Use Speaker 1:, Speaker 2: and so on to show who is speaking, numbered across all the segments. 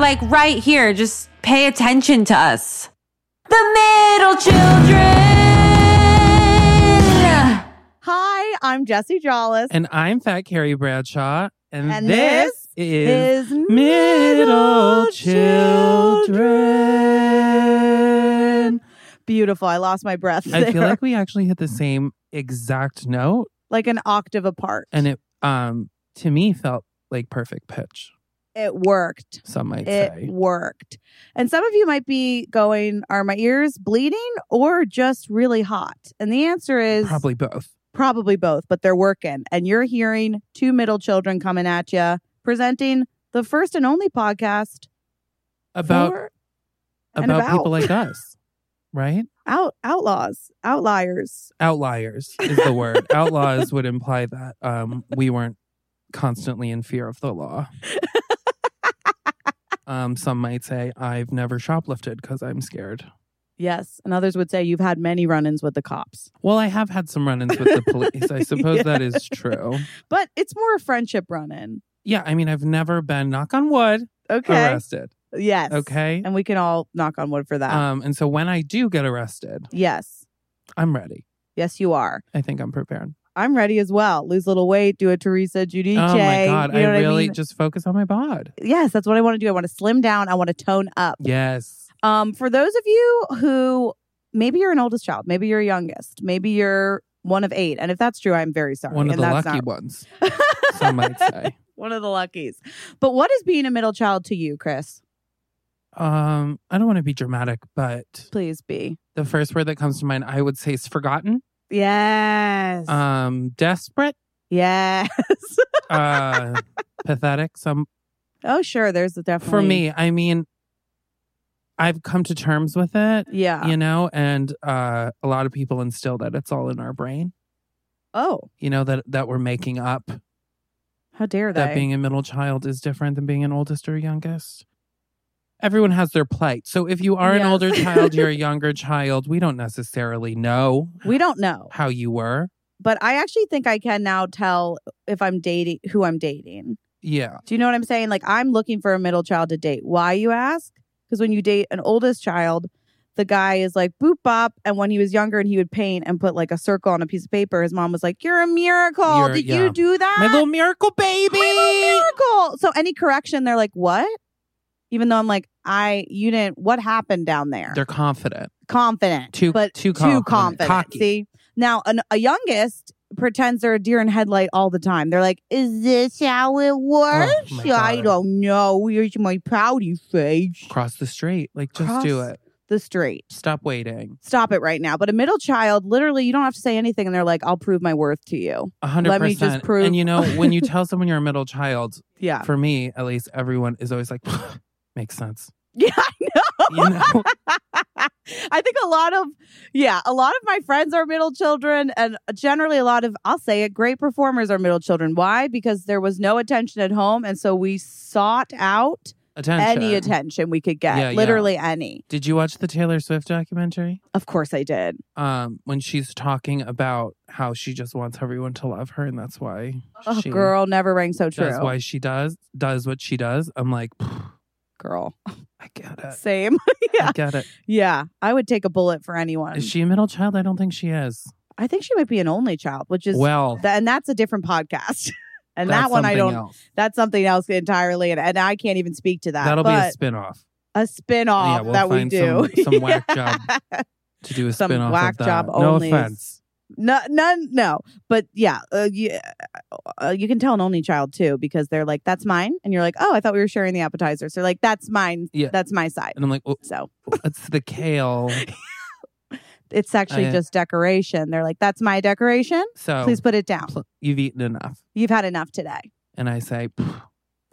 Speaker 1: like right here. Just pay attention to us. The middle children.
Speaker 2: Hi, I'm Jesse Jollis.
Speaker 3: And I'm Fat Carrie Bradshaw. And,
Speaker 2: And
Speaker 3: this, is
Speaker 2: Is
Speaker 3: Middle Children.
Speaker 2: Beautiful. I lost my breath.
Speaker 3: I feel
Speaker 2: there.
Speaker 3: like we actually hit the same exact note,
Speaker 2: Like an octave apart.
Speaker 3: and it um to me felt like perfect pitch.
Speaker 2: it worked.
Speaker 3: Some might
Speaker 2: It
Speaker 3: say.
Speaker 2: worked. And some of you might be going, are my ears bleeding or just really hot? And the answer is
Speaker 3: Probably both.
Speaker 2: probably both, but they're working. And you're hearing two middle children coming at you, presenting the first and only podcast
Speaker 3: About
Speaker 2: for and
Speaker 3: about,
Speaker 2: about.
Speaker 3: people like us, right?
Speaker 2: out outlaws, outliers.
Speaker 3: Outliers is the word. Outlaws would imply that um we weren't constantly in fear of the law. um some might say I've never shoplifted cuz I'm scared.
Speaker 2: Yes. And others would say you've had many run ins with the cops.
Speaker 3: Well, I have had some run-ins with the police. I suppose that is true.
Speaker 2: But it's more a friendship run in.
Speaker 3: Yeah, I mean, I've never been knock on wood
Speaker 2: Okay.
Speaker 3: arrested.
Speaker 2: Yes.
Speaker 3: Okay.
Speaker 2: And we can all knock on wood for that.
Speaker 3: Um, and so when I do get arrested,
Speaker 2: yes.
Speaker 3: I'm ready.
Speaker 2: Yes, you are.
Speaker 3: I think I'm prepared.
Speaker 2: I'm ready as well. Lose a little weight, do a Teresa Giudice.
Speaker 3: oh my god,
Speaker 2: You know
Speaker 3: I
Speaker 2: what
Speaker 3: really
Speaker 2: mean?
Speaker 3: just focus on my bod.
Speaker 2: Yes, that's what I want to do. I want to slim down. I want to tone up.
Speaker 3: Yes.
Speaker 2: Um, for those of you who maybe you're an oldest child, maybe you're youngest, maybe you're one of eight. And if that's true, I'm very sorry.
Speaker 3: One of
Speaker 2: and
Speaker 3: the
Speaker 2: that's
Speaker 3: lucky
Speaker 2: not-
Speaker 3: ones, some might say.
Speaker 2: one of the luckies. But what is being a middle child to you, Chris?
Speaker 3: Um, I don't want to be dramatic, but
Speaker 2: Please be.
Speaker 3: the first word that comes to mind I would say is forgotten.
Speaker 2: Yes.
Speaker 3: Um, desperate,
Speaker 2: yes.
Speaker 3: uh pathetic, some
Speaker 2: oh, sure. There's the definitely
Speaker 3: for me, I mean I've come to terms with it.
Speaker 2: Yeah.
Speaker 3: you know and uh, a lot of people instill that it's all in our brain
Speaker 2: Oh,
Speaker 3: you know that that we're making up
Speaker 2: how dare they?
Speaker 3: that being a middle child is different than being an oldest or youngest everyone has their plight so if you are an
Speaker 2: Yes.
Speaker 3: older child you're a younger child we don't necessarily know
Speaker 2: we don't know.
Speaker 3: how you were
Speaker 2: But I actually think I can now tell if I'm dating who I'm dating.
Speaker 3: yeah
Speaker 2: Do you know what I'm saying? Like I'm looking for a middle child to date. Why you ask? Because when you date an oldest child, the guy is like boop bop, and when he was younger and he would paint and put like a circle on a piece of paper, his mom was like, "You're a miracle.
Speaker 3: You're-
Speaker 2: Did
Speaker 3: yeah.
Speaker 2: you do that?
Speaker 3: my little miracle baby
Speaker 2: My little miracle." So any correction, they're like, "What?" Even though I'm like, "I you didn't. What happened down there?"
Speaker 3: they're confident
Speaker 2: confident,
Speaker 3: Too-
Speaker 2: but
Speaker 3: too confident. Cocky.
Speaker 2: See, now an, a youngest pretends they're a deer in headlight all the time. They're like, "Is this how it works?
Speaker 3: Oh my
Speaker 2: I
Speaker 3: God.
Speaker 2: don't know. Here's my pouty face."
Speaker 3: cross the street like just do
Speaker 2: Cross-
Speaker 3: it
Speaker 2: The straight.
Speaker 3: stop waiting
Speaker 2: Stop it right now. But a middle child, literally, you don't have to say anything, and they're like, "I'll prove my worth to you."
Speaker 3: 100%
Speaker 2: Let me just prove-
Speaker 3: and you know when you tell someone you're a middle child
Speaker 2: Yeah,
Speaker 3: for me at least everyone is always like makes sense
Speaker 2: yeah, I know.
Speaker 3: you know
Speaker 2: I think a lot of, yeah, a lot of my friends are middle children, and generally a lot of, I'll say it, great performers are middle children. Why? Because there was no attention at home, and so we sought out
Speaker 3: attention
Speaker 2: any attention we could get,
Speaker 3: Yeah, yeah.
Speaker 2: literally any.
Speaker 3: did you watch the taylor swift documentary
Speaker 2: Of course, I did.
Speaker 3: um when she's talking about how she just wants everyone to love her and that's why
Speaker 2: Oh,
Speaker 3: she
Speaker 2: girl, never rang so true.
Speaker 3: that's why she does does what she does i'm like i
Speaker 2: Girl,
Speaker 3: get it
Speaker 2: same. Yeah.
Speaker 3: i get it
Speaker 2: yeah, I would take a bullet for anyone.
Speaker 3: is she a middle child i don't think she is
Speaker 2: I think she might be an only child, which is,
Speaker 3: well
Speaker 2: th- and that's a different podcast. and
Speaker 3: that's
Speaker 2: that one, I
Speaker 3: something
Speaker 2: don't.
Speaker 3: else.
Speaker 2: That's something else entirely, and, and I can't even speak to that.
Speaker 3: that'll
Speaker 2: but,
Speaker 3: be a spin-off
Speaker 2: a spin-off
Speaker 3: Yeah, we'll
Speaker 2: that we
Speaker 3: find
Speaker 2: do.
Speaker 3: some- some whack job. to do a
Speaker 2: Some
Speaker 3: spin-off
Speaker 2: whack
Speaker 3: of that.
Speaker 2: job
Speaker 3: no
Speaker 2: onlys.
Speaker 3: offense
Speaker 2: No, none, no. But yeah, uh, you, uh, you can tell an only child too because they're like, "That's mine," and you're like, "Oh, I thought we were sharing the appetizer." So they're like, "That's mine.
Speaker 3: Yeah.
Speaker 2: That's my side."
Speaker 3: and i'm like well,
Speaker 2: So
Speaker 3: it's the kale
Speaker 2: it's actually
Speaker 3: I-
Speaker 2: just decoration. They're like, "That's my decoration.
Speaker 3: so
Speaker 2: Please put it down.
Speaker 3: pl- you've eaten enough
Speaker 2: You've had enough today."
Speaker 3: and i say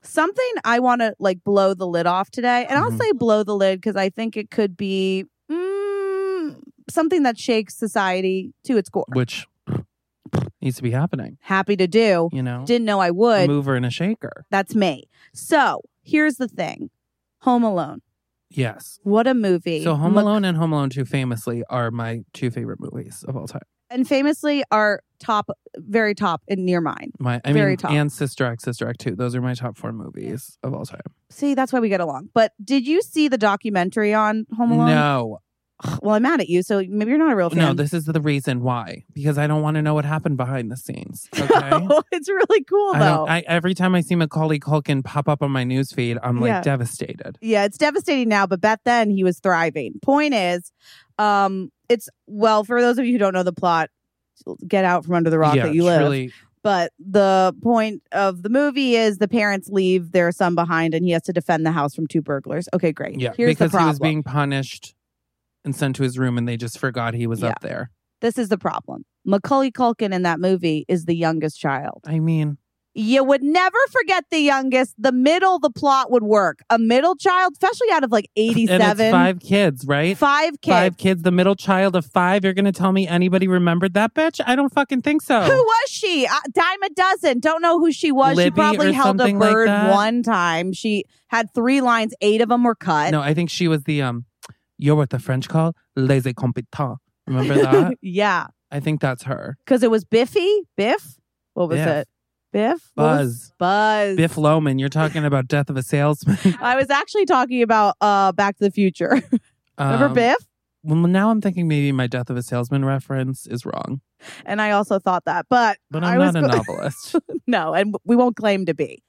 Speaker 2: something I want to like blow the lid off today. And I'll
Speaker 3: Mhm.
Speaker 2: say blow the lid because I think it could be mm, something that shakes society to its core.
Speaker 3: which needs to be happening
Speaker 2: Happy to do.
Speaker 3: you know
Speaker 2: Didn't know I
Speaker 3: a
Speaker 2: would.
Speaker 3: mover and a shaker
Speaker 2: That's me. So here's the thing Home Alone.
Speaker 3: yes
Speaker 2: What a movie.
Speaker 3: so home
Speaker 2: Mac-
Speaker 3: alone and home alone 2 famously are my two favorite movies of all time
Speaker 2: And famously, are top very top and near mine.
Speaker 3: My, I
Speaker 2: Very
Speaker 3: mean,
Speaker 2: top.
Speaker 3: and Sister Act, Sister Act 2. Those are my top four movies of all time.
Speaker 2: See, that's why we get along. But did you see the documentary on Home Alone?
Speaker 3: No,
Speaker 2: Well, I'm mad at you, so maybe you're not a real fan.
Speaker 3: no, this is the reason why. Because I don't want to know what happened behind the scenes. Okay.
Speaker 2: it's really cool
Speaker 3: I
Speaker 2: though.
Speaker 3: don't, I, every time I see Macaulay Culkin pop up on my newsfeed, I'm like
Speaker 2: Yeah.
Speaker 3: devastated.
Speaker 2: yeah, it's devastating now, but back then he was thriving. Point is, um, it's well for those of you who don't know the plot, get out from under the rock
Speaker 3: yeah,
Speaker 2: that you live.
Speaker 3: truly,
Speaker 2: But the point of the movie is the parents leave their son behind, and he has to defend the house from two burglars. Okay, great.
Speaker 3: yeah,
Speaker 2: Here's
Speaker 3: because
Speaker 2: the
Speaker 3: he
Speaker 2: problem.
Speaker 3: was being punished and sent to his room, and they just forgot he was
Speaker 2: Yeah.
Speaker 3: up there.
Speaker 2: this is the problem. Macaulay Culkin in that movie is the youngest child.
Speaker 3: I mean,
Speaker 2: You would never forget the youngest. The middle, the plot would work. A middle child, especially out of like
Speaker 3: and it's
Speaker 2: eighty-seven,
Speaker 3: five kids, right?
Speaker 2: five kids.
Speaker 3: Five kids, the middle child of five. You're gonna tell me anybody remembered that bitch? I don't fucking think so.
Speaker 2: Who was she? Uh, dime a dozen. Don't know who she was. she
Speaker 3: Libby
Speaker 2: probably
Speaker 3: or
Speaker 2: held a
Speaker 3: something like
Speaker 2: bird
Speaker 3: that?
Speaker 2: one time. She had three lines. Eight of them were cut.
Speaker 3: No, I think she was the um. You're what the French call les incompetents. Remember that?
Speaker 2: yeah,
Speaker 3: I think that's her.
Speaker 2: because it was Biffy. Biff. What was
Speaker 3: Biff.
Speaker 2: it? Biff. What was-
Speaker 3: Buzz.
Speaker 2: Buzz.
Speaker 3: Biff Loman. You're talking about Death of a Salesman.
Speaker 2: I was actually talking about uh Back to the Future. Remember
Speaker 3: Um,
Speaker 2: Biff?
Speaker 3: Well, now I'm thinking maybe my Death of a Salesman reference is wrong,
Speaker 2: And I also thought that, but
Speaker 3: but
Speaker 2: I
Speaker 3: I'm
Speaker 2: was
Speaker 3: not a
Speaker 2: go-
Speaker 3: novelist.
Speaker 2: no, and we won't claim to be.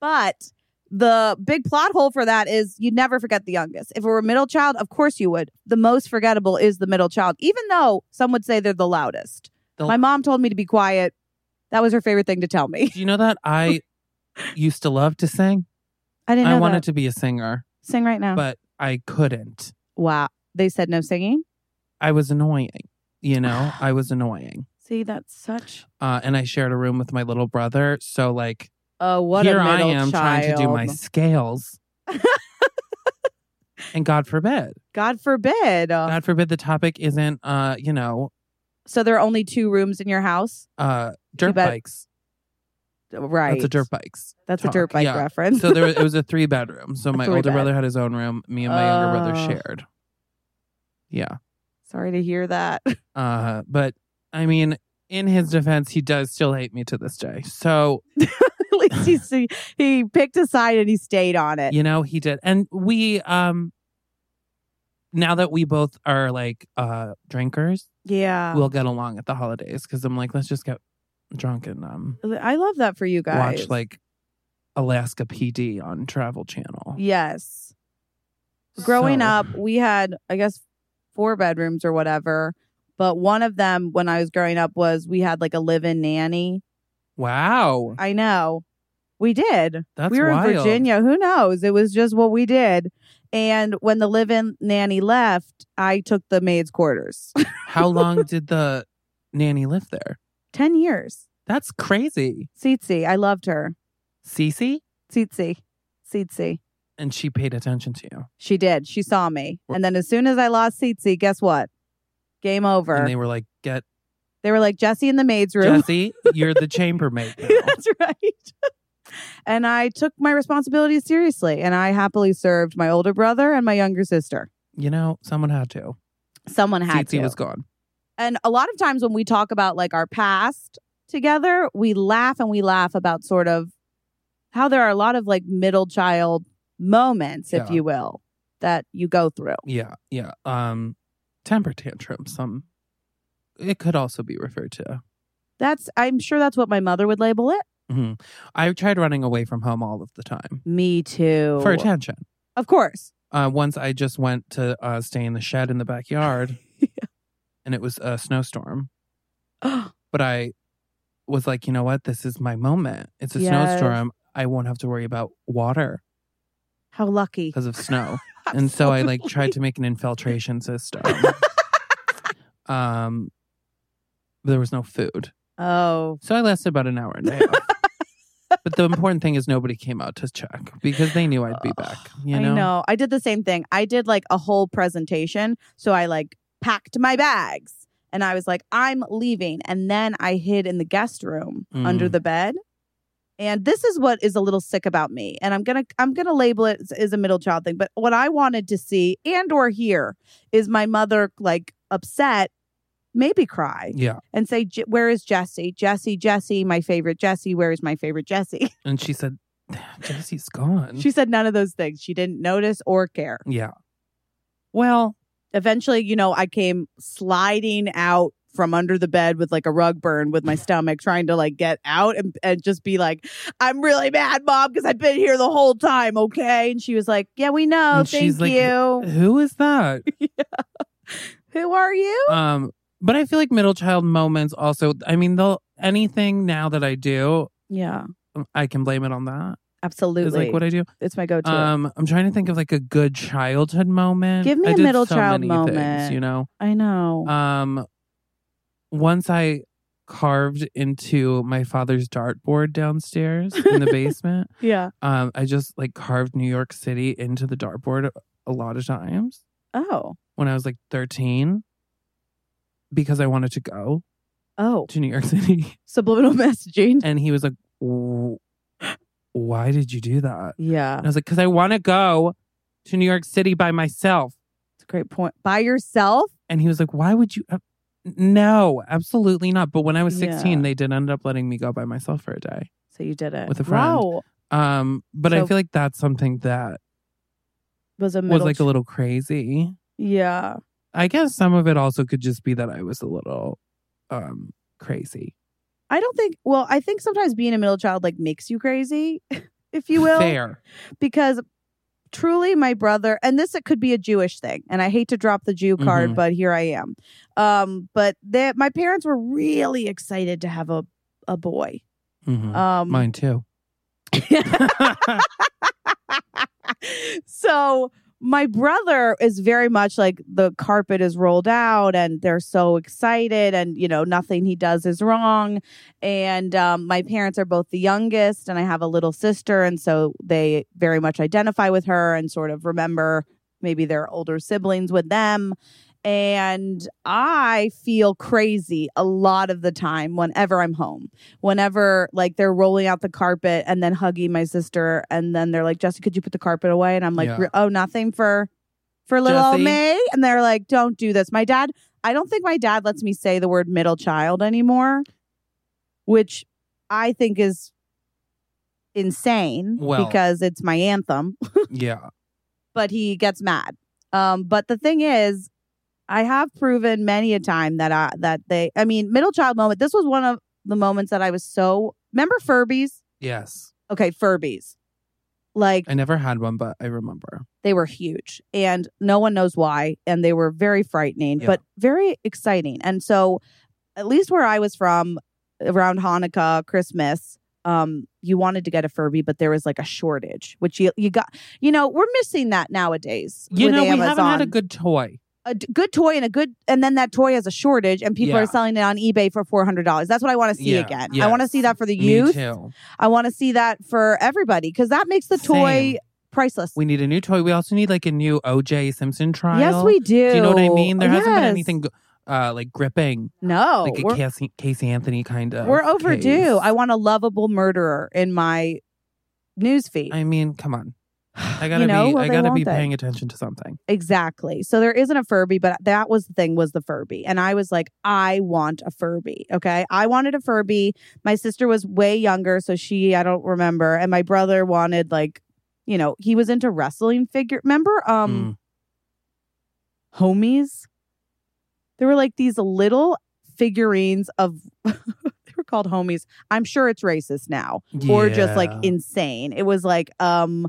Speaker 2: But the big plot hole for that is you never forget the youngest. If it were a middle child, of course you would. The most forgettable is the middle child, even though some would say they're the loudest.
Speaker 3: The-
Speaker 2: My mom told me to be quiet. That was her favorite thing to tell me.
Speaker 3: Do you know that I used to love to sing?
Speaker 2: I didn't know
Speaker 3: I wanted
Speaker 2: that.
Speaker 3: to be a singer,
Speaker 2: sing right now.
Speaker 3: but I couldn't.
Speaker 2: wow. They said no singing.
Speaker 3: I was annoying. You know, I was annoying.
Speaker 2: See, that's such
Speaker 3: Uh, and I shared a room with my little brother. So, like,
Speaker 2: Oh, what
Speaker 3: here
Speaker 2: a
Speaker 3: I
Speaker 2: middle
Speaker 3: am
Speaker 2: child.
Speaker 3: trying to do my scales. and God forbid,
Speaker 2: God forbid. uh,
Speaker 3: God forbid the topic isn't, uh, you know,
Speaker 2: so there are only two rooms in your house,
Speaker 3: uh, dirt
Speaker 2: bet.
Speaker 3: bikes.
Speaker 2: right?
Speaker 3: That's a dirt bikes.
Speaker 2: That's a
Speaker 3: talk.
Speaker 2: dirt bike
Speaker 3: Yeah.
Speaker 2: reference.
Speaker 3: So there was, it was a three bedroom. So
Speaker 2: A
Speaker 3: my
Speaker 2: three
Speaker 3: older
Speaker 2: bed.
Speaker 3: brother had his own room. Me and my younger brother
Speaker 2: Oh.
Speaker 3: shared. Yeah.
Speaker 2: Sorry to hear that.
Speaker 3: Uh, but I mean, in his defense, he does still hate me to this day. So
Speaker 2: at least he see, he picked a side and he stayed on it.
Speaker 3: you know he did, and we um. Now that we both are like uh drinkers,
Speaker 2: Yeah,
Speaker 3: we'll get along at the holidays because I'm like, let's just get drunk and um
Speaker 2: I love that for you guys.
Speaker 3: watch like Alaska PD on Travel Channel.
Speaker 2: yes, growing
Speaker 3: So-
Speaker 2: up, we had I guess four bedrooms or whatever, but one of them when I was growing up was we had like a live-in nanny.
Speaker 3: Wow,
Speaker 2: I know, we did.
Speaker 3: that's
Speaker 2: we were
Speaker 3: wild.
Speaker 2: in Virginia. Who knows? It was just what we did. And when the live-in nanny left, I took the maid's quarters.
Speaker 3: How long did the nanny live there?
Speaker 2: Ten years.
Speaker 3: That's crazy.
Speaker 2: Tsitsi, I loved her.
Speaker 3: Cece?
Speaker 2: Tsitsi, Tsitsi.
Speaker 3: And she paid attention to you.
Speaker 2: She did. She saw me.
Speaker 3: Wha-
Speaker 2: And then as soon as I lost Tsitsi, guess what? Game over.
Speaker 3: And
Speaker 2: They,
Speaker 3: they were like, get
Speaker 2: were like, Jesse in the maid's room.
Speaker 3: Jesse, you're the chambermaid now.
Speaker 2: That's right. and I took my responsibilities seriously. And I happily served my older brother and my younger sister.
Speaker 3: You know, someone had to.
Speaker 2: Someone had
Speaker 3: Cece
Speaker 2: to.
Speaker 3: was gone.
Speaker 2: and a lot of times when we talk about like our past together, we laugh and we laugh about sort of how there are a lot of like middle child moments, if
Speaker 3: Yeah.
Speaker 2: you will, that you go through.
Speaker 3: Yeah, yeah. Um temper tantrum, some it could also be referred to.
Speaker 2: That's, I'm sure that's what my mother would label it.
Speaker 3: Mhm. I tried running away from home all of the time.
Speaker 2: Me too.
Speaker 3: For attention.
Speaker 2: Of course.
Speaker 3: Uh once I just went to uh stay in the shed in the backyard and it was a snowstorm. But I was like, you know what? This is my moment. It's a
Speaker 2: Yes.
Speaker 3: snowstorm. I won't have to worry about water
Speaker 2: How lucky.
Speaker 3: because of snow. and so I like tried to make an infiltration system. um, there was no food,
Speaker 2: Oh,
Speaker 3: so I lasted about an hour and a half. but the important thing is nobody came out to check because they knew I'd be back. You know,
Speaker 2: I know. I did the same thing. I did like a whole presentation. So I like packed my bags and I was like, I'm leaving. And then I hid in the guest room under
Speaker 3: Mm.
Speaker 2: the bed. And this is what is a little sick about me. And I'm going to I'm going to label it as- as a middle child thing, but what I wanted to see and or hear is my mother like upset maybe cry
Speaker 3: Yeah.
Speaker 2: and say, "J- Where is Jesse? Jesse, Jesse, my favorite Jesse. Where is my favorite Jesse?
Speaker 3: And she said, Jesse's gone.
Speaker 2: she said none of those things. She didn't notice or care.
Speaker 3: yeah. Well,
Speaker 2: Eventually, you know, I came sliding out from under the bed with like a rug burn with my stomach, trying to like get out and, and just be like, I'm really mad, mom, because I've been here the whole time. Okay. And she was like, Yeah, we know.
Speaker 3: And
Speaker 2: Thank
Speaker 3: she's like,
Speaker 2: you.
Speaker 3: who is that?
Speaker 2: Who are you?
Speaker 3: um, but I feel like middle child moments also, I mean, they'll, anything now that I do,
Speaker 2: Yeah,
Speaker 3: I can blame it on that.
Speaker 2: absolutely.
Speaker 3: Is like what I do.
Speaker 2: it's my go to.
Speaker 3: Um, I'm trying to think of like a good childhood moment.
Speaker 2: Give me
Speaker 3: I
Speaker 2: a
Speaker 3: did
Speaker 2: middle
Speaker 3: so
Speaker 2: child
Speaker 3: many things,
Speaker 2: moment.
Speaker 3: you know,
Speaker 2: I know.
Speaker 3: um, once I carved into my father's dartboard downstairs in the basement.
Speaker 2: yeah.
Speaker 3: Um, I just like carved New York City into the dartboard a lot of times
Speaker 2: Oh.
Speaker 3: when I was like 13 because I wanted to go
Speaker 2: Oh.
Speaker 3: to New York City.
Speaker 2: Subliminal messaging.
Speaker 3: And he was like, "W- Why did you do that?
Speaker 2: Yeah.
Speaker 3: And I was like, Because I want to go to New York City by myself.
Speaker 2: That's a great point. By yourself?
Speaker 3: And he was like, Why would you? uh, No, absolutely not. But when I was 16,
Speaker 2: Yeah.
Speaker 3: they did end up letting me go by myself for a day.
Speaker 2: So you did it.
Speaker 3: With a friend.
Speaker 2: Wow.
Speaker 3: Um, but I
Speaker 2: So-
Speaker 3: feel like that's something that
Speaker 2: Was a
Speaker 3: was
Speaker 2: middle
Speaker 3: like a
Speaker 2: ch-
Speaker 3: little crazy.
Speaker 2: Yeah.
Speaker 3: I guess some of it also could just be that I was a little um crazy.
Speaker 2: I don't think well, I think sometimes being a middle child like makes you crazy, if you will.
Speaker 3: Fair.
Speaker 2: Because truly my brother and this it could be a Jewish thing, and I hate to drop the Jew card,
Speaker 3: Mhm.
Speaker 2: but here I am. Um, but that my parents were really excited to have a a boy.
Speaker 3: Mhm.
Speaker 2: Um
Speaker 3: Mine too.
Speaker 2: so my brother is very much like the carpet is rolled out and they're so excited and you know nothing he does is wrong and um, my parents are both the youngest and i have a little sister and so they very much identify with her and sort of remember maybe their older siblings with them and i feel crazy a lot of the time whenever i'm home whenever like they're rolling out the carpet and then hugging my sister and then they're like jesse could you put the carpet away and i'm like
Speaker 3: Yeah.
Speaker 2: "Re- oh nothing for for little old
Speaker 3: Jesse?
Speaker 2: me and they're like don't do this my dad i don't think my dad lets me say the word middle child anymore which i think is insane
Speaker 3: Well.
Speaker 2: because it's my anthem
Speaker 3: yeah.
Speaker 2: but he gets mad. Um, but the thing is, I have proven many a time that I that they. I mean, middle child moment. This was one of the moments that I was so. Remember Furbies?
Speaker 3: Yes.
Speaker 2: Okay, Furbies. Like
Speaker 3: I never had one, but I remember.
Speaker 2: they were huge and no one knows why and they were very frightening
Speaker 3: Yeah.
Speaker 2: but very exciting and so at least where i was from around hanukkah christmas um you wanted to get a furby but there was like a shortage which you you got you know we're missing that nowadays
Speaker 3: You
Speaker 2: with
Speaker 3: know, we
Speaker 2: Amazon.
Speaker 3: haven't had a good toy.
Speaker 2: A d- good toy and a good and then that toy has a shortage and people
Speaker 3: Yeah.
Speaker 2: are selling it on ebay for $400 that's what i want to see
Speaker 3: Yeah,
Speaker 2: again i want to
Speaker 3: yes.
Speaker 2: see that for the youth
Speaker 3: Me too.
Speaker 2: i want to see that for everybody because that makes the toy
Speaker 3: Same.
Speaker 2: priceless
Speaker 3: We need a new toy. We also need like a new OJ Simpson trial.
Speaker 2: Yes, we do.
Speaker 3: Do you know what I mean? There hasn't been
Speaker 2: Yes.
Speaker 3: anything uh like gripping,
Speaker 2: No,
Speaker 3: like a
Speaker 2: we're,
Speaker 3: Casey, Casey Anthony kind of.
Speaker 2: we're overdue.
Speaker 3: case.
Speaker 2: I want a lovable murderer in my newsfeed.
Speaker 3: I mean, come on. I
Speaker 2: You
Speaker 3: gotta
Speaker 2: know?
Speaker 3: be.
Speaker 2: Well,
Speaker 3: I
Speaker 2: they
Speaker 3: gotta
Speaker 2: won't
Speaker 3: be
Speaker 2: they?
Speaker 3: paying attention to something.
Speaker 2: Exactly. So there isn't a Furby, but that was the thing was the Furby. And I was like, I want a Furby. Okay. I wanted a Furby. My sister was way younger, so she I don't remember. And my brother wanted like, you know, he was into wrestling figure. Remember um homies? There were like these little figurines of they were called homies. I'm sure it's racist now.
Speaker 3: Mm.
Speaker 2: or just like
Speaker 3: Yeah.
Speaker 2: insane. It was like um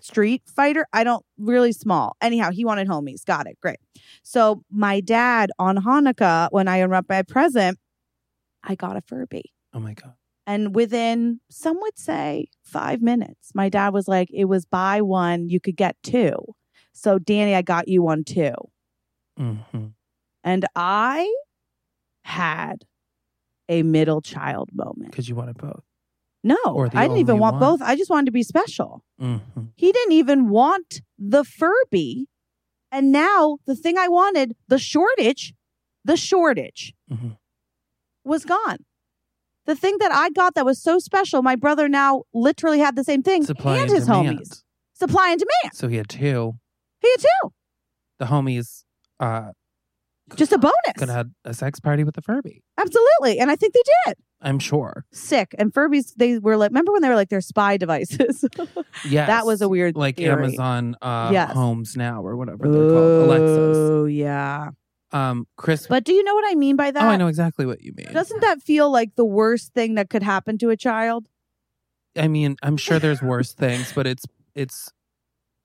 Speaker 2: Street Fighter. I don't really small. Anyhow, he wanted homies. Got it. Great. So my dad on Hanukkah, when I unwrapped my present, I got a Furby.
Speaker 3: Oh my god.
Speaker 2: And within some would say five minutes, my dad was like, it was buy one, you could get two. So Danny, I got you one too.
Speaker 3: hmm
Speaker 2: And I had a middle child moment.
Speaker 3: Because you wanted both.
Speaker 2: No,
Speaker 3: Or the
Speaker 2: I didn't even
Speaker 3: only
Speaker 2: want
Speaker 3: one.
Speaker 2: both. I just wanted to be special.
Speaker 3: Mm-hmm.
Speaker 2: He didn't even want the Furby. And now the thing I wanted, the shortage, the shortage
Speaker 3: Mhm.
Speaker 2: was gone. The thing that I got that was so special, my brother now literally had the same thing
Speaker 3: Supply
Speaker 2: and,
Speaker 3: and,
Speaker 2: his
Speaker 3: demand.
Speaker 2: homies. Supply and demand.
Speaker 3: So he had two.
Speaker 2: He had two.
Speaker 3: The homies uh
Speaker 2: Just a
Speaker 3: Could
Speaker 2: bonus.
Speaker 3: have had a sex party with a Furby.
Speaker 2: Absolutely. And I think they did.
Speaker 3: I'm sure.
Speaker 2: Sick. And Furbies, they were like, remember when they were like their spy devices?
Speaker 3: Yes.
Speaker 2: That was a weird
Speaker 3: like
Speaker 2: theory.
Speaker 3: Amazon uh,
Speaker 2: Yes.
Speaker 3: Homes Now or whatever they're called, Alexis.
Speaker 2: Oh, yeah.
Speaker 3: Um, Chris.
Speaker 2: But do you know what I mean by that?
Speaker 3: oh, I know exactly what you mean.
Speaker 2: Doesn't that feel like the worst thing that could happen to a child?
Speaker 3: I mean, I'm sure there's worse things, but it's it's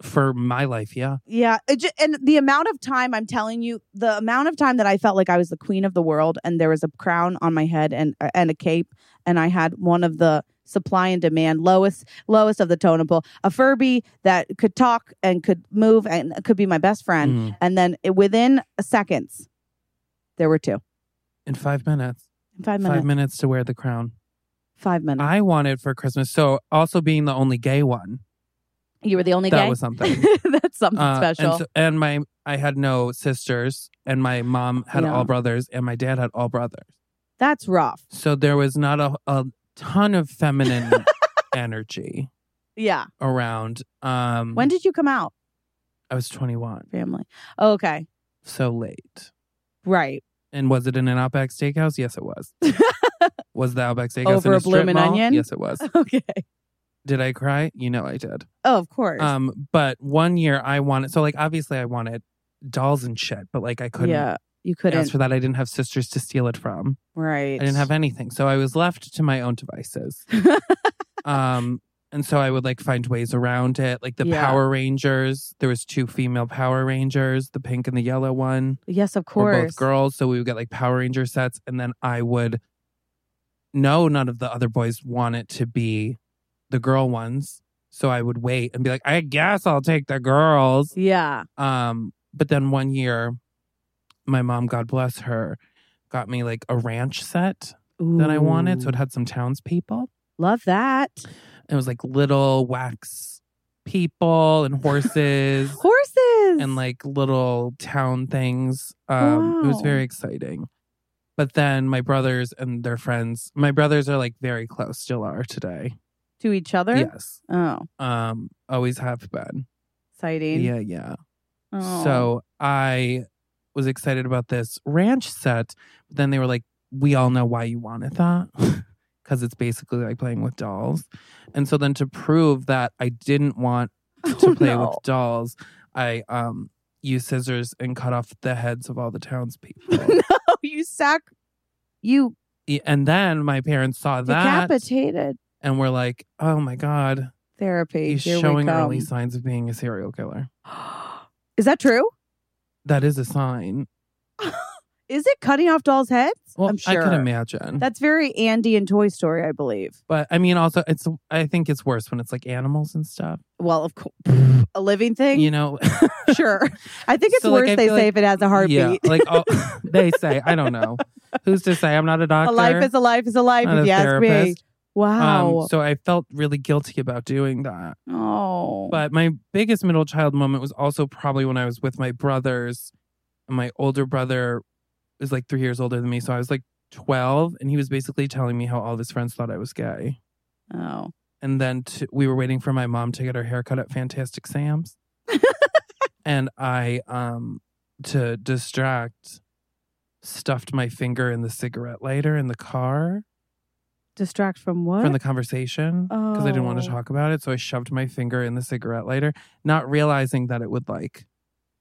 Speaker 3: for my life. Yeah,
Speaker 2: Yeah. It ju- and the amount of time I'm telling you, the amount of time that I felt like I was the queen of the world and there was a crown on my head and uh, and a cape and I had one of the supply and demand lowest lowest of the totem pole, a Furby that could talk and could move and could be my best friend.
Speaker 3: Mm.
Speaker 2: And then it, within seconds, there were two.
Speaker 3: in five minutes.
Speaker 2: In Five minutes. Mm-hmm.
Speaker 3: Five minutes to wear the crown.
Speaker 2: Five minutes.
Speaker 3: I wanted for Christmas. So also being the only gay one,
Speaker 2: You were the only
Speaker 3: that
Speaker 2: gay.
Speaker 3: was something.
Speaker 2: That's something
Speaker 3: Uh, and
Speaker 2: special.
Speaker 3: so- And, my I had no sisters, and my mom had
Speaker 2: Yeah.
Speaker 3: all brothers, and my dad had all brothers.
Speaker 2: That's rough.
Speaker 3: So there was not a, a ton of feminine energy
Speaker 2: Yeah.
Speaker 3: Mm-hmm. around. Um,
Speaker 2: When did you come out,
Speaker 3: I was 21,
Speaker 2: family? Okay.
Speaker 3: so late.
Speaker 2: Right.
Speaker 3: And was it in an Outback Steakhouse? Yes, it was. was the Outback Steakhouse
Speaker 2: Over
Speaker 3: in
Speaker 2: a
Speaker 3: a strip
Speaker 2: bloomin'
Speaker 3: mall?
Speaker 2: onion?
Speaker 3: Yes, it was.
Speaker 2: Okay.
Speaker 3: Did I cry? You know I did.
Speaker 2: Oh, of course.
Speaker 3: Um, but one year I wanted. So like obviously I wanted dolls and shit, but like I couldn't
Speaker 2: yeah. You
Speaker 3: ask
Speaker 2: couldn't.
Speaker 3: for that. I didn't have sisters to steal it from.
Speaker 2: right.
Speaker 3: I didn't have anything. So I was left to my own devices. um, and so I would like find ways around it. Like the
Speaker 2: Yeah.
Speaker 3: Power Rangers, there was two female Power Rangers, the pink and the yellow one.
Speaker 2: Yes, of
Speaker 3: were
Speaker 2: course.
Speaker 3: both girls. So we would get like Power Ranger sets. And then I would know none of the other boys want it to be the girl ones. So I would wait and be like, I guess I'll take the girls.
Speaker 2: Yeah.
Speaker 3: Um, but then one year, my mom, God bless her, got me like a ranch set that I wanted. So it
Speaker 2: Ooh.
Speaker 3: had some townspeople.
Speaker 2: love that.
Speaker 3: It was like little wax people and horses
Speaker 2: Horses.
Speaker 3: and like little town things. Um, It was
Speaker 2: Wow.
Speaker 3: very exciting. But then my brothers and their friends, my brothers are like very close, still are today.
Speaker 2: to each other.
Speaker 3: Yes.
Speaker 2: Oh,
Speaker 3: Um, always have been.
Speaker 2: exciting.
Speaker 3: Yeah, yeah.
Speaker 2: Oh.
Speaker 3: So I was excited about this ranch set. But then they were like, we all know why you wanted that because it's basically like playing with dolls. And so then to prove that I didn't want to
Speaker 2: Oh,
Speaker 3: play
Speaker 2: no.
Speaker 3: with dolls, I um used scissors and cut off the heads of all the townspeople.
Speaker 2: Oh, you sack. You
Speaker 3: E- and then my parents saw that
Speaker 2: decapitated
Speaker 3: and were like, oh my God,
Speaker 2: therapy.
Speaker 3: he's
Speaker 2: Here
Speaker 3: showing
Speaker 2: we come.
Speaker 3: early signs of being a serial killer.
Speaker 2: Is that true?
Speaker 3: That is a sign.
Speaker 2: Is it cutting off dolls' heads?
Speaker 3: Well,
Speaker 2: I'm sure.
Speaker 3: I could imagine.
Speaker 2: That's very Andy and Toy Story, I believe.
Speaker 3: But I mean, also, it's I think it's worse when it's like animals and stuff.
Speaker 2: Well, of course, a living thing.
Speaker 3: You know,
Speaker 2: Sure, I think it's
Speaker 3: So, like,
Speaker 2: worse.
Speaker 3: I
Speaker 2: they say
Speaker 3: feel like-
Speaker 2: if it has a heartbeat.
Speaker 3: yeah, like oh, all, they say. I don't know who's to say. I'm not a doctor.
Speaker 2: a life is a life is a life.
Speaker 3: not
Speaker 2: If
Speaker 3: a
Speaker 2: you ask me.
Speaker 3: therapist.
Speaker 2: Wow.
Speaker 3: Um, so I felt really guilty about doing that.
Speaker 2: oh,
Speaker 3: But my biggest middle child moment was also probably when I was with my brothers. And my older brother is like three years older than me, so I was like twelve, and he was basically telling me how all of his friends thought I was gay.
Speaker 2: oh,
Speaker 3: and then t- we were waiting for my mom to get her haircut at Fantastic Sam's, and I, um, to distract, stuffed my finger in the cigarette lighter in the car
Speaker 2: distract from what?
Speaker 3: from the conversation because I didn't want to
Speaker 2: Oh.
Speaker 3: talk about it. So I shoved my finger in the cigarette lighter, not realizing that it would like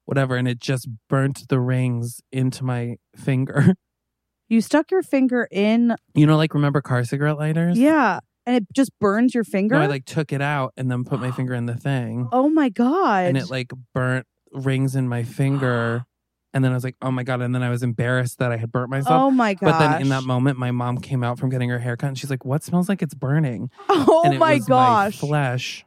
Speaker 3: whatever, and it just burnt the rings into my finger.
Speaker 2: you stuck your finger in.
Speaker 3: you know, like remember car cigarette lighters?
Speaker 2: Yeah, and it just burns your finger.
Speaker 3: No, I like took it out and then put my finger in the thing.
Speaker 2: oh my god!
Speaker 3: and it like burnt rings in my finger. and then I was like, oh my God. And then I was embarrassed that I had burnt myself.
Speaker 2: oh my god!
Speaker 3: but then in that moment, my mom came out from getting her haircut and she's like, what smells like it's burning?
Speaker 2: oh
Speaker 3: and it
Speaker 2: my
Speaker 3: was
Speaker 2: gosh!
Speaker 3: my flesh.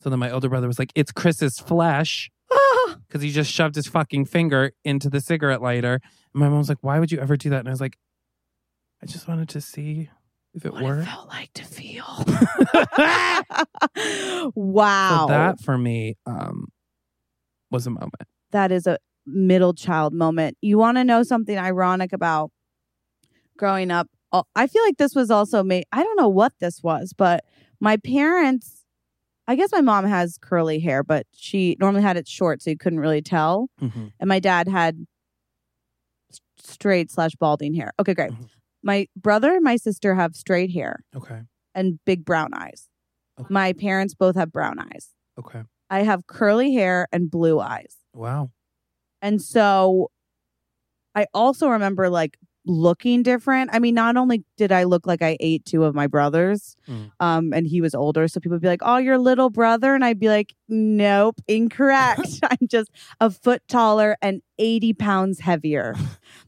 Speaker 3: So then my older brother was like, it's Chris's flesh.
Speaker 2: Ah,
Speaker 3: Because he just shoved his fucking finger into the cigarette lighter. And my mom was like, why would you ever do that? And I was like, I just wanted to see if it
Speaker 2: what it
Speaker 3: worked.
Speaker 2: felt like to feel. wow,
Speaker 3: So that for me um, was a moment.
Speaker 2: that is a middle child moment. You want to know something ironic about growing up? Oh, I feel like this was also made. I don't know what this was, but my parents. I guess my mom has curly hair,
Speaker 3: Mm-hmm.
Speaker 2: Mm-hmm. but she normally had it short, so you couldn't really tell.
Speaker 3: Mhm.
Speaker 2: And my dad had s- straight slash balding hair. Okay, great.
Speaker 3: Mhm.
Speaker 2: My brother and my sister have straight hair
Speaker 3: Okay.
Speaker 2: and big brown eyes.
Speaker 3: Okay.
Speaker 2: My parents both have brown eyes.
Speaker 3: Okay.
Speaker 2: I have curly hair and blue eyes.
Speaker 3: Wow.
Speaker 2: And so I also remember like looking different. I mean, not only did I look like I ate two of my brothers,
Speaker 3: Mm.
Speaker 2: um, and he was older, so people would be like, Oh, your little brother. And I'd be like, Nope, incorrect. I'm just a foot taller and 80 pounds heavier.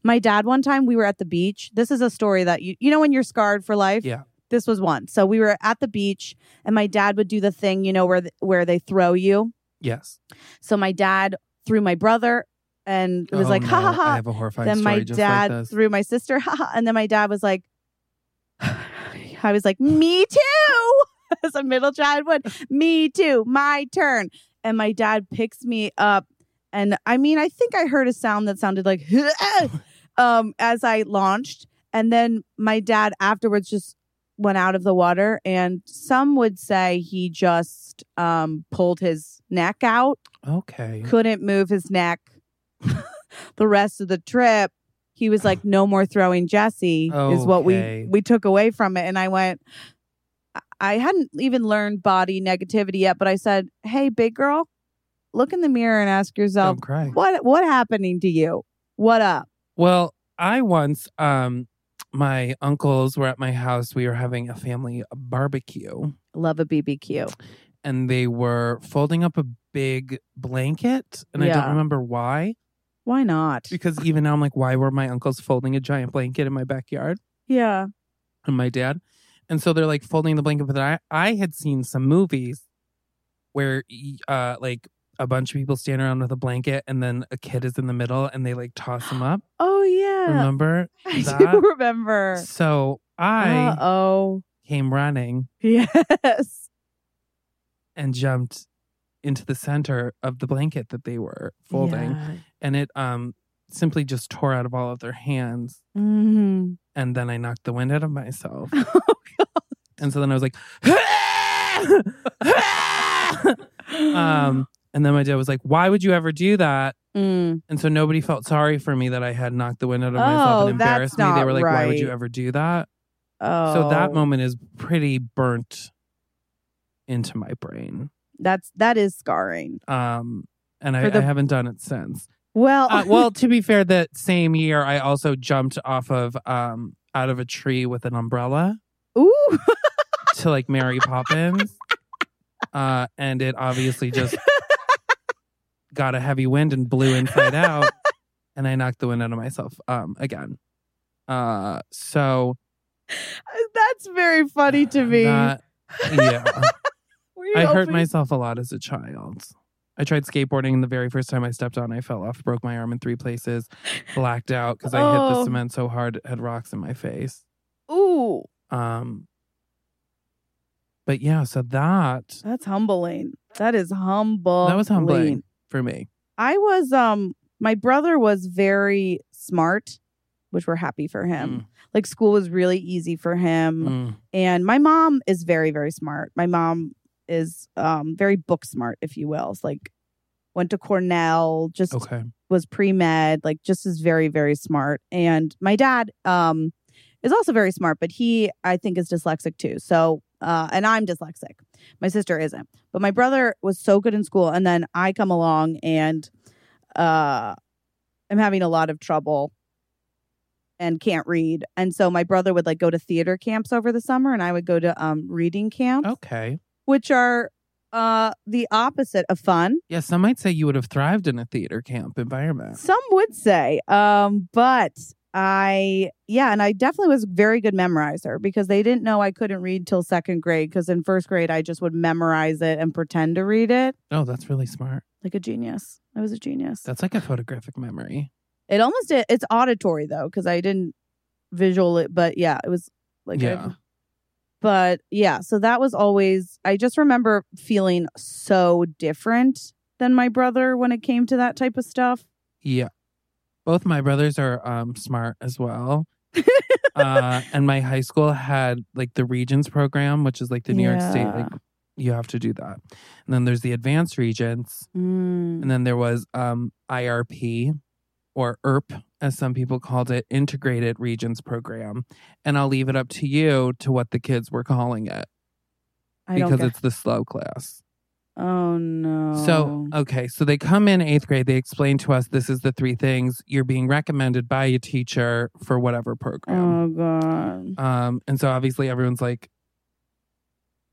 Speaker 2: my dad, one time we were at the beach. This is a story that you you know when you're scarred for life?
Speaker 3: Yeah.
Speaker 2: This was one. So we were at the beach and my dad would do the thing, you know, where th- where they throw you.
Speaker 3: Yes.
Speaker 2: So my dad threw my brother and it was
Speaker 3: Oh,
Speaker 2: like, ha
Speaker 3: no,
Speaker 2: ha ha.
Speaker 3: I have a horrifying
Speaker 2: then
Speaker 3: story
Speaker 2: my
Speaker 3: just
Speaker 2: dad
Speaker 3: like this.
Speaker 2: threw my sister, ha ha. And then my dad was like, I was like, me too. As a middle child would, me too, my turn. And my dad picks me up. And I mean, I think I heard a sound that sounded like, um, as I launched. And then my dad afterwards just went out of the water. And some would say he just um, pulled his neck out
Speaker 3: okay.
Speaker 2: couldn't move his neck the rest of the trip. He was like, no more throwing Jesse is what we
Speaker 3: Okay.
Speaker 2: we took away from it. And I went, I- I hadn't even learned body negativity yet, but I said, Hey, big girl, look in the mirror and ask yourself,
Speaker 3: Don't cry.
Speaker 2: what what happening to you? What up?
Speaker 3: Well, I once, um, my uncles were at my house. We were having a family barbecue,
Speaker 2: Love a BBQ.
Speaker 3: and they were folding up a big blanket, and I
Speaker 2: Yeah.
Speaker 3: don't remember why.
Speaker 2: Why not?
Speaker 3: Because even now I'm like, why were my uncles folding a giant blanket in my backyard
Speaker 2: Yeah.
Speaker 3: and my dad? And so they're like folding the blanket, but I I had seen some movies where y- uh like a bunch of people stand around with a blanket and then a kid is in the middle and they like toss him up.
Speaker 2: Oh yeah.
Speaker 3: Remember?
Speaker 2: I do
Speaker 3: that?
Speaker 2: remember.
Speaker 3: So I
Speaker 2: Uh oh.
Speaker 3: came running
Speaker 2: Yes.
Speaker 3: and jumped into the center of the blanket that they were folding
Speaker 2: Yeah.
Speaker 3: and it um simply just tore out of all of their hands
Speaker 2: Mhm.
Speaker 3: and then I knocked the wind out of myself.
Speaker 2: Oh,
Speaker 3: And so then I was like, "Ah!" um, and then my dad was like, why would you ever do that?
Speaker 2: Mm.
Speaker 3: And so nobody felt sorry for me that I had knocked the wind out of myself
Speaker 2: Oh,
Speaker 3: and
Speaker 2: that's
Speaker 3: embarrassed me. They
Speaker 2: not
Speaker 3: were like, why would you
Speaker 2: right.
Speaker 3: ever do that?
Speaker 2: Oh,
Speaker 3: So that moment is pretty burnt into my brain.
Speaker 2: That's that is scarring.
Speaker 3: Um, and I,
Speaker 2: For the- Oh.
Speaker 3: I haven't done it since.
Speaker 2: Well,
Speaker 3: Uh, well, to be fair, that same year I also jumped off of um out of a tree with an umbrella.
Speaker 2: ooh,
Speaker 3: to like Mary Poppins. Uh, and it obviously just got a heavy wind and blew inside out. And I knocked the wind out of myself um, again. Uh, so
Speaker 2: that's very funny to me.
Speaker 3: that- yeah,
Speaker 2: Were you
Speaker 3: I hurt
Speaker 2: hoping-
Speaker 3: myself a lot as a child. I tried skateboarding, and the very first time I stepped on, I fell off, broke my arm in three places, blacked out because I hit
Speaker 2: Oh.
Speaker 3: the cement so hard it had rocks in my face.
Speaker 2: Ooh,
Speaker 3: Um, but yeah, so that
Speaker 2: that's humbling. That is humble.
Speaker 3: that was humbling for me.
Speaker 2: I was um, my brother was very smart, which we're happy for him. Like school was really easy for him.
Speaker 3: Mm.
Speaker 2: And my mom is very, very smart. My mom is um, very book smart, if you will. It's like went to Cornell, just
Speaker 3: Okay.
Speaker 2: was pre med, like just is very, very smart. And my dad um, is also very smart, but he, I think, is dyslexic too. So, uh, and I'm dyslexic. My sister isn't. But my brother was so good in school. And then I come along and uh, I'm having a lot of trouble and can't read. And so my brother would like go to theater camps over the summer and I would go to um, reading camps,
Speaker 3: Okay.
Speaker 2: which are uh, the opposite of fun.
Speaker 3: Yeah, some might say you would have thrived in a theater camp environment.
Speaker 2: Some would say, um, but I, yeah, and I definitely was a very good memorizer because they didn't know I couldn't read till second grade. Because in first grade, I just would memorize it and pretend to read it
Speaker 3: Oh, that's really smart.
Speaker 2: like a genius. I was a genius.
Speaker 3: That's like a photographic memory.
Speaker 2: it almost i- it's auditory though because I didn't visual it, but yeah, it was like I-
Speaker 3: Yeah.
Speaker 2: but yeah, so that was always. I just remember feeling so different than my brother when it came to that type of stuff.
Speaker 3: Yeah. Both my brothers are um, smart as well. uh, and my high school had like the Regents program, which is like the New York State,
Speaker 2: Yeah.
Speaker 3: like you have to do that. And then there's the Advanced Regents.
Speaker 2: Mm.
Speaker 3: And then there was um, IRP, or ERP, as some people called it, Integrated Regions Program. And I'll leave it up to you to what the kids were calling it
Speaker 2: I don't
Speaker 3: because
Speaker 2: get.
Speaker 3: it's the slow class.
Speaker 2: oh no.
Speaker 3: So,
Speaker 2: Oh.
Speaker 3: okay, so they come in eighth grade, they explain to us this is the three things you're being recommended by a teacher for whatever program.
Speaker 2: oh god.
Speaker 3: Um, and so obviously everyone's like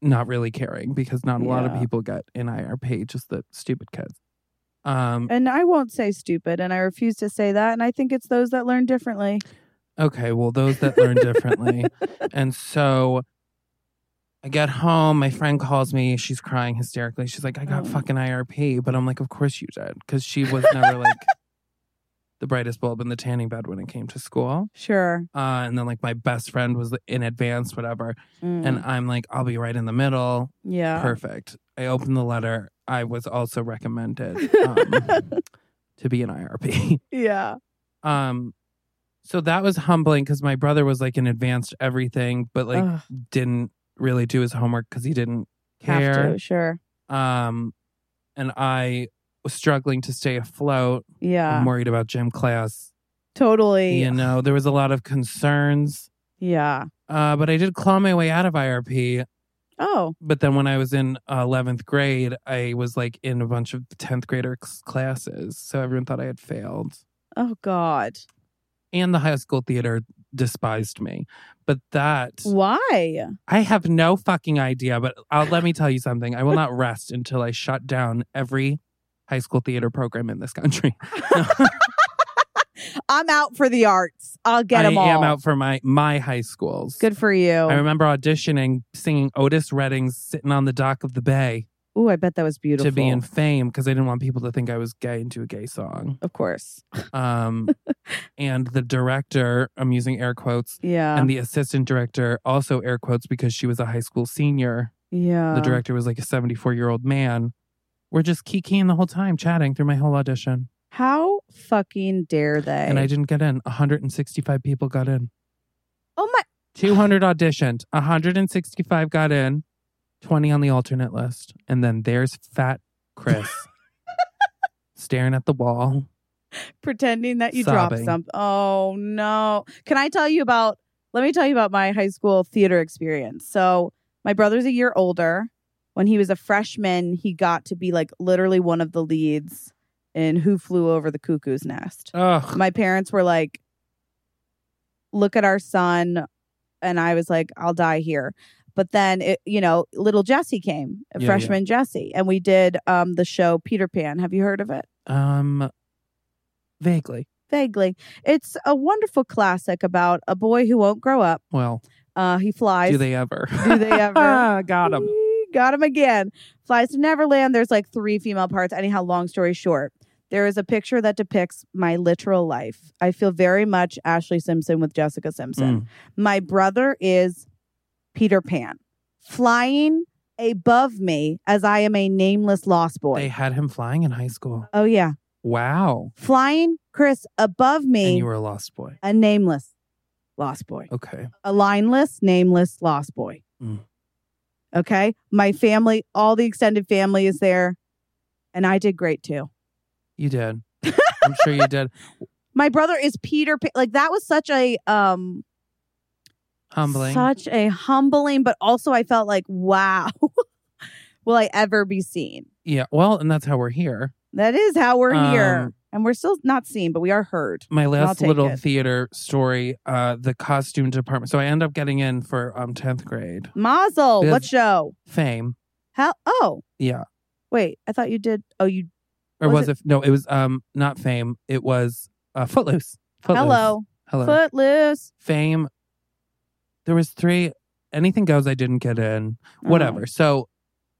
Speaker 3: not really caring because not a lot of
Speaker 2: Yeah.
Speaker 3: people get in IRP, just the stupid kids. Um,
Speaker 2: And I won't say stupid, and I refuse to say that. And I think it's those that learn differently.
Speaker 3: okay, well, those that learn differently. And so I get home, my friend calls me, she's crying hysterically. She's like, I got
Speaker 2: Oh.
Speaker 3: fucking IRP. But I'm like, Of course you did. Because she was never like the brightest bulb in the tanning bed when it came to school.
Speaker 2: Sure.
Speaker 3: Uh, and then, like, my best friend was in advance, whatever.
Speaker 2: Mm,
Speaker 3: And I'm like, I'll be right in the middle.
Speaker 2: yeah.
Speaker 3: Perfect. I opened the letter. I was also recommended um, to be an IRP.
Speaker 2: Yeah.
Speaker 3: Um, so that was humbling because my brother was like an advanced everything, but like
Speaker 2: Ugh,
Speaker 3: didn't really do his homework because he didn't
Speaker 2: have
Speaker 3: care.
Speaker 2: to, sure.
Speaker 3: Um, and I was struggling to stay afloat.
Speaker 2: Yeah.
Speaker 3: I'm worried about gym class.
Speaker 2: totally.
Speaker 3: You know, there was a lot of concerns.
Speaker 2: yeah.
Speaker 3: Uh, but I did claw my way out of IRP.
Speaker 2: Oh.
Speaker 3: But then when I was in eleventh grade, I was like in a bunch of tenth grader c- classes, so everyone thought I had failed.
Speaker 2: Oh God.
Speaker 3: And the high school theater despised me. But that
Speaker 2: Why?
Speaker 3: I have no fucking idea, but I'll, let me tell you something. I will not rest until I shut down every high school theater program in this country.
Speaker 2: I'm out for the arts. I'll get
Speaker 3: I
Speaker 2: them all.
Speaker 3: am out for my my high schools.
Speaker 2: Good for you.
Speaker 3: I remember auditioning, singing Otis Redding's "Sitting on the Dock of the Bay"
Speaker 2: Ooh, I bet that was beautiful.
Speaker 3: to be in fame because I didn't want people to think I was gay into a gay song.
Speaker 2: of course.
Speaker 3: Um, and the director, I'm using air quotes,
Speaker 2: Yeah.
Speaker 3: and the assistant director also air quotes because she was a high school senior.
Speaker 2: yeah.
Speaker 3: the director was like a 74 year old man. We're just kikiing the whole time, chatting through my whole audition.
Speaker 2: How fucking dare they?
Speaker 3: And I didn't get in. 165 people got in.
Speaker 2: oh my.
Speaker 3: 200 auditioned. 165 got in. 20 on the alternate list. And then there's fat Chris staring at the wall.
Speaker 2: pretending that you dropped
Speaker 3: Sobbing.
Speaker 2: something. Oh no. Can I tell you about let me tell you about my high school theater experience. So my brother's a year older. When he was a freshman, he got to be like literally one of the leads in Who Flew Over the Cuckoo's Nest.
Speaker 3: Ugh.
Speaker 2: My parents were like, look at our son. And I was like, I'll die here. But then, it, you know, little Jesse came,
Speaker 3: Yeah, yeah.
Speaker 2: freshman Jesse, and we did um, the show Peter Pan. Have you heard of it?
Speaker 3: Um, vaguely.
Speaker 2: vaguely. It's a wonderful classic about a boy who won't grow up.
Speaker 3: Well,
Speaker 2: Uh, he flies.
Speaker 3: do they ever?
Speaker 2: do they ever?
Speaker 3: Ah, got him.
Speaker 2: Got him again. Flies to Neverland. There's like three female parts. Anyhow, long story short, there is a picture that depicts my literal life. I feel very much Ashley Simpson with Jessica
Speaker 3: Hmm.
Speaker 2: Simpson.
Speaker 3: Mm.
Speaker 2: My brother is Peter Pan, flying above me as I am a nameless lost boy.
Speaker 3: They had him flying in high school.
Speaker 2: oh, yeah.
Speaker 3: Wow.
Speaker 2: Flying Chris above
Speaker 3: And
Speaker 2: me,
Speaker 3: you were a lost boy.
Speaker 2: a nameless lost boy.
Speaker 3: Okay.
Speaker 2: a lineless, nameless lost boy.
Speaker 3: Mm.
Speaker 2: Okay. My family, all the extended family is there. And I did great too.
Speaker 3: You did. I'm sure you did.
Speaker 2: My brother is Peter Pan. Like that was such a um
Speaker 3: Humbling.
Speaker 2: such a humbling, but also I felt like, wow, will I ever be seen?
Speaker 3: Yeah. Well, and that's how we're here.
Speaker 2: That is how we're here.
Speaker 3: Um,
Speaker 2: And we're still not seen, but we are heard.
Speaker 3: My last
Speaker 2: take
Speaker 3: little
Speaker 2: it.
Speaker 3: theater story, uh, the costume department. So I end up getting in for um 10th grade
Speaker 2: Mazel,
Speaker 3: Biff.
Speaker 2: what show?
Speaker 3: fame.
Speaker 2: How oh,
Speaker 3: Yeah.
Speaker 2: wait, I thought you did oh you
Speaker 3: Or
Speaker 2: Was
Speaker 3: was, it? No, it was um not fame. It was uh, Footloose. Footloose.
Speaker 2: hello.
Speaker 3: Hello.
Speaker 2: Footloose.
Speaker 3: fame. There was three. Anything goes. I didn't get in. Whatever. So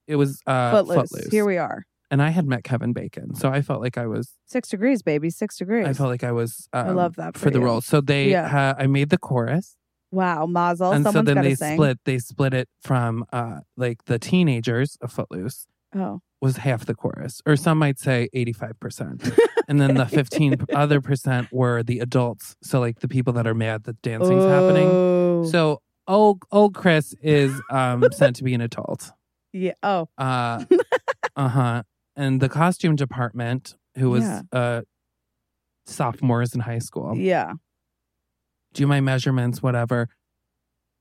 Speaker 3: it was
Speaker 2: Oh,
Speaker 3: uh,
Speaker 2: Footloose.
Speaker 3: Footloose.
Speaker 2: Here we are.
Speaker 3: and I had met Kevin Bacon, so I felt like I was
Speaker 2: Six degrees, baby. Six degrees.
Speaker 3: I felt like I was. Um,
Speaker 2: love that
Speaker 3: for,
Speaker 2: for
Speaker 3: the
Speaker 2: you.
Speaker 3: role. So they,
Speaker 2: Yeah.
Speaker 3: ha- I made the chorus,
Speaker 2: wow, Mazel.
Speaker 3: and
Speaker 2: Someone's
Speaker 3: so then
Speaker 2: gotta
Speaker 3: they
Speaker 2: sing.
Speaker 3: split. They split it from uh, like the teenagers of Footloose
Speaker 2: Oh,
Speaker 3: was half the chorus, or some might say eighty-five percent, and then the fifteen p- other percent were the adults. So like the people that are mad that dancing's happening.
Speaker 2: Oh.
Speaker 3: So old old Chris is um, sent to be an adult.
Speaker 2: yeah. Oh,
Speaker 3: Uh uh-huh. uh huh. And the costume department, who was
Speaker 2: Yeah.
Speaker 3: uh sophomores in high school.
Speaker 2: Yeah.
Speaker 3: do my measurements, whatever.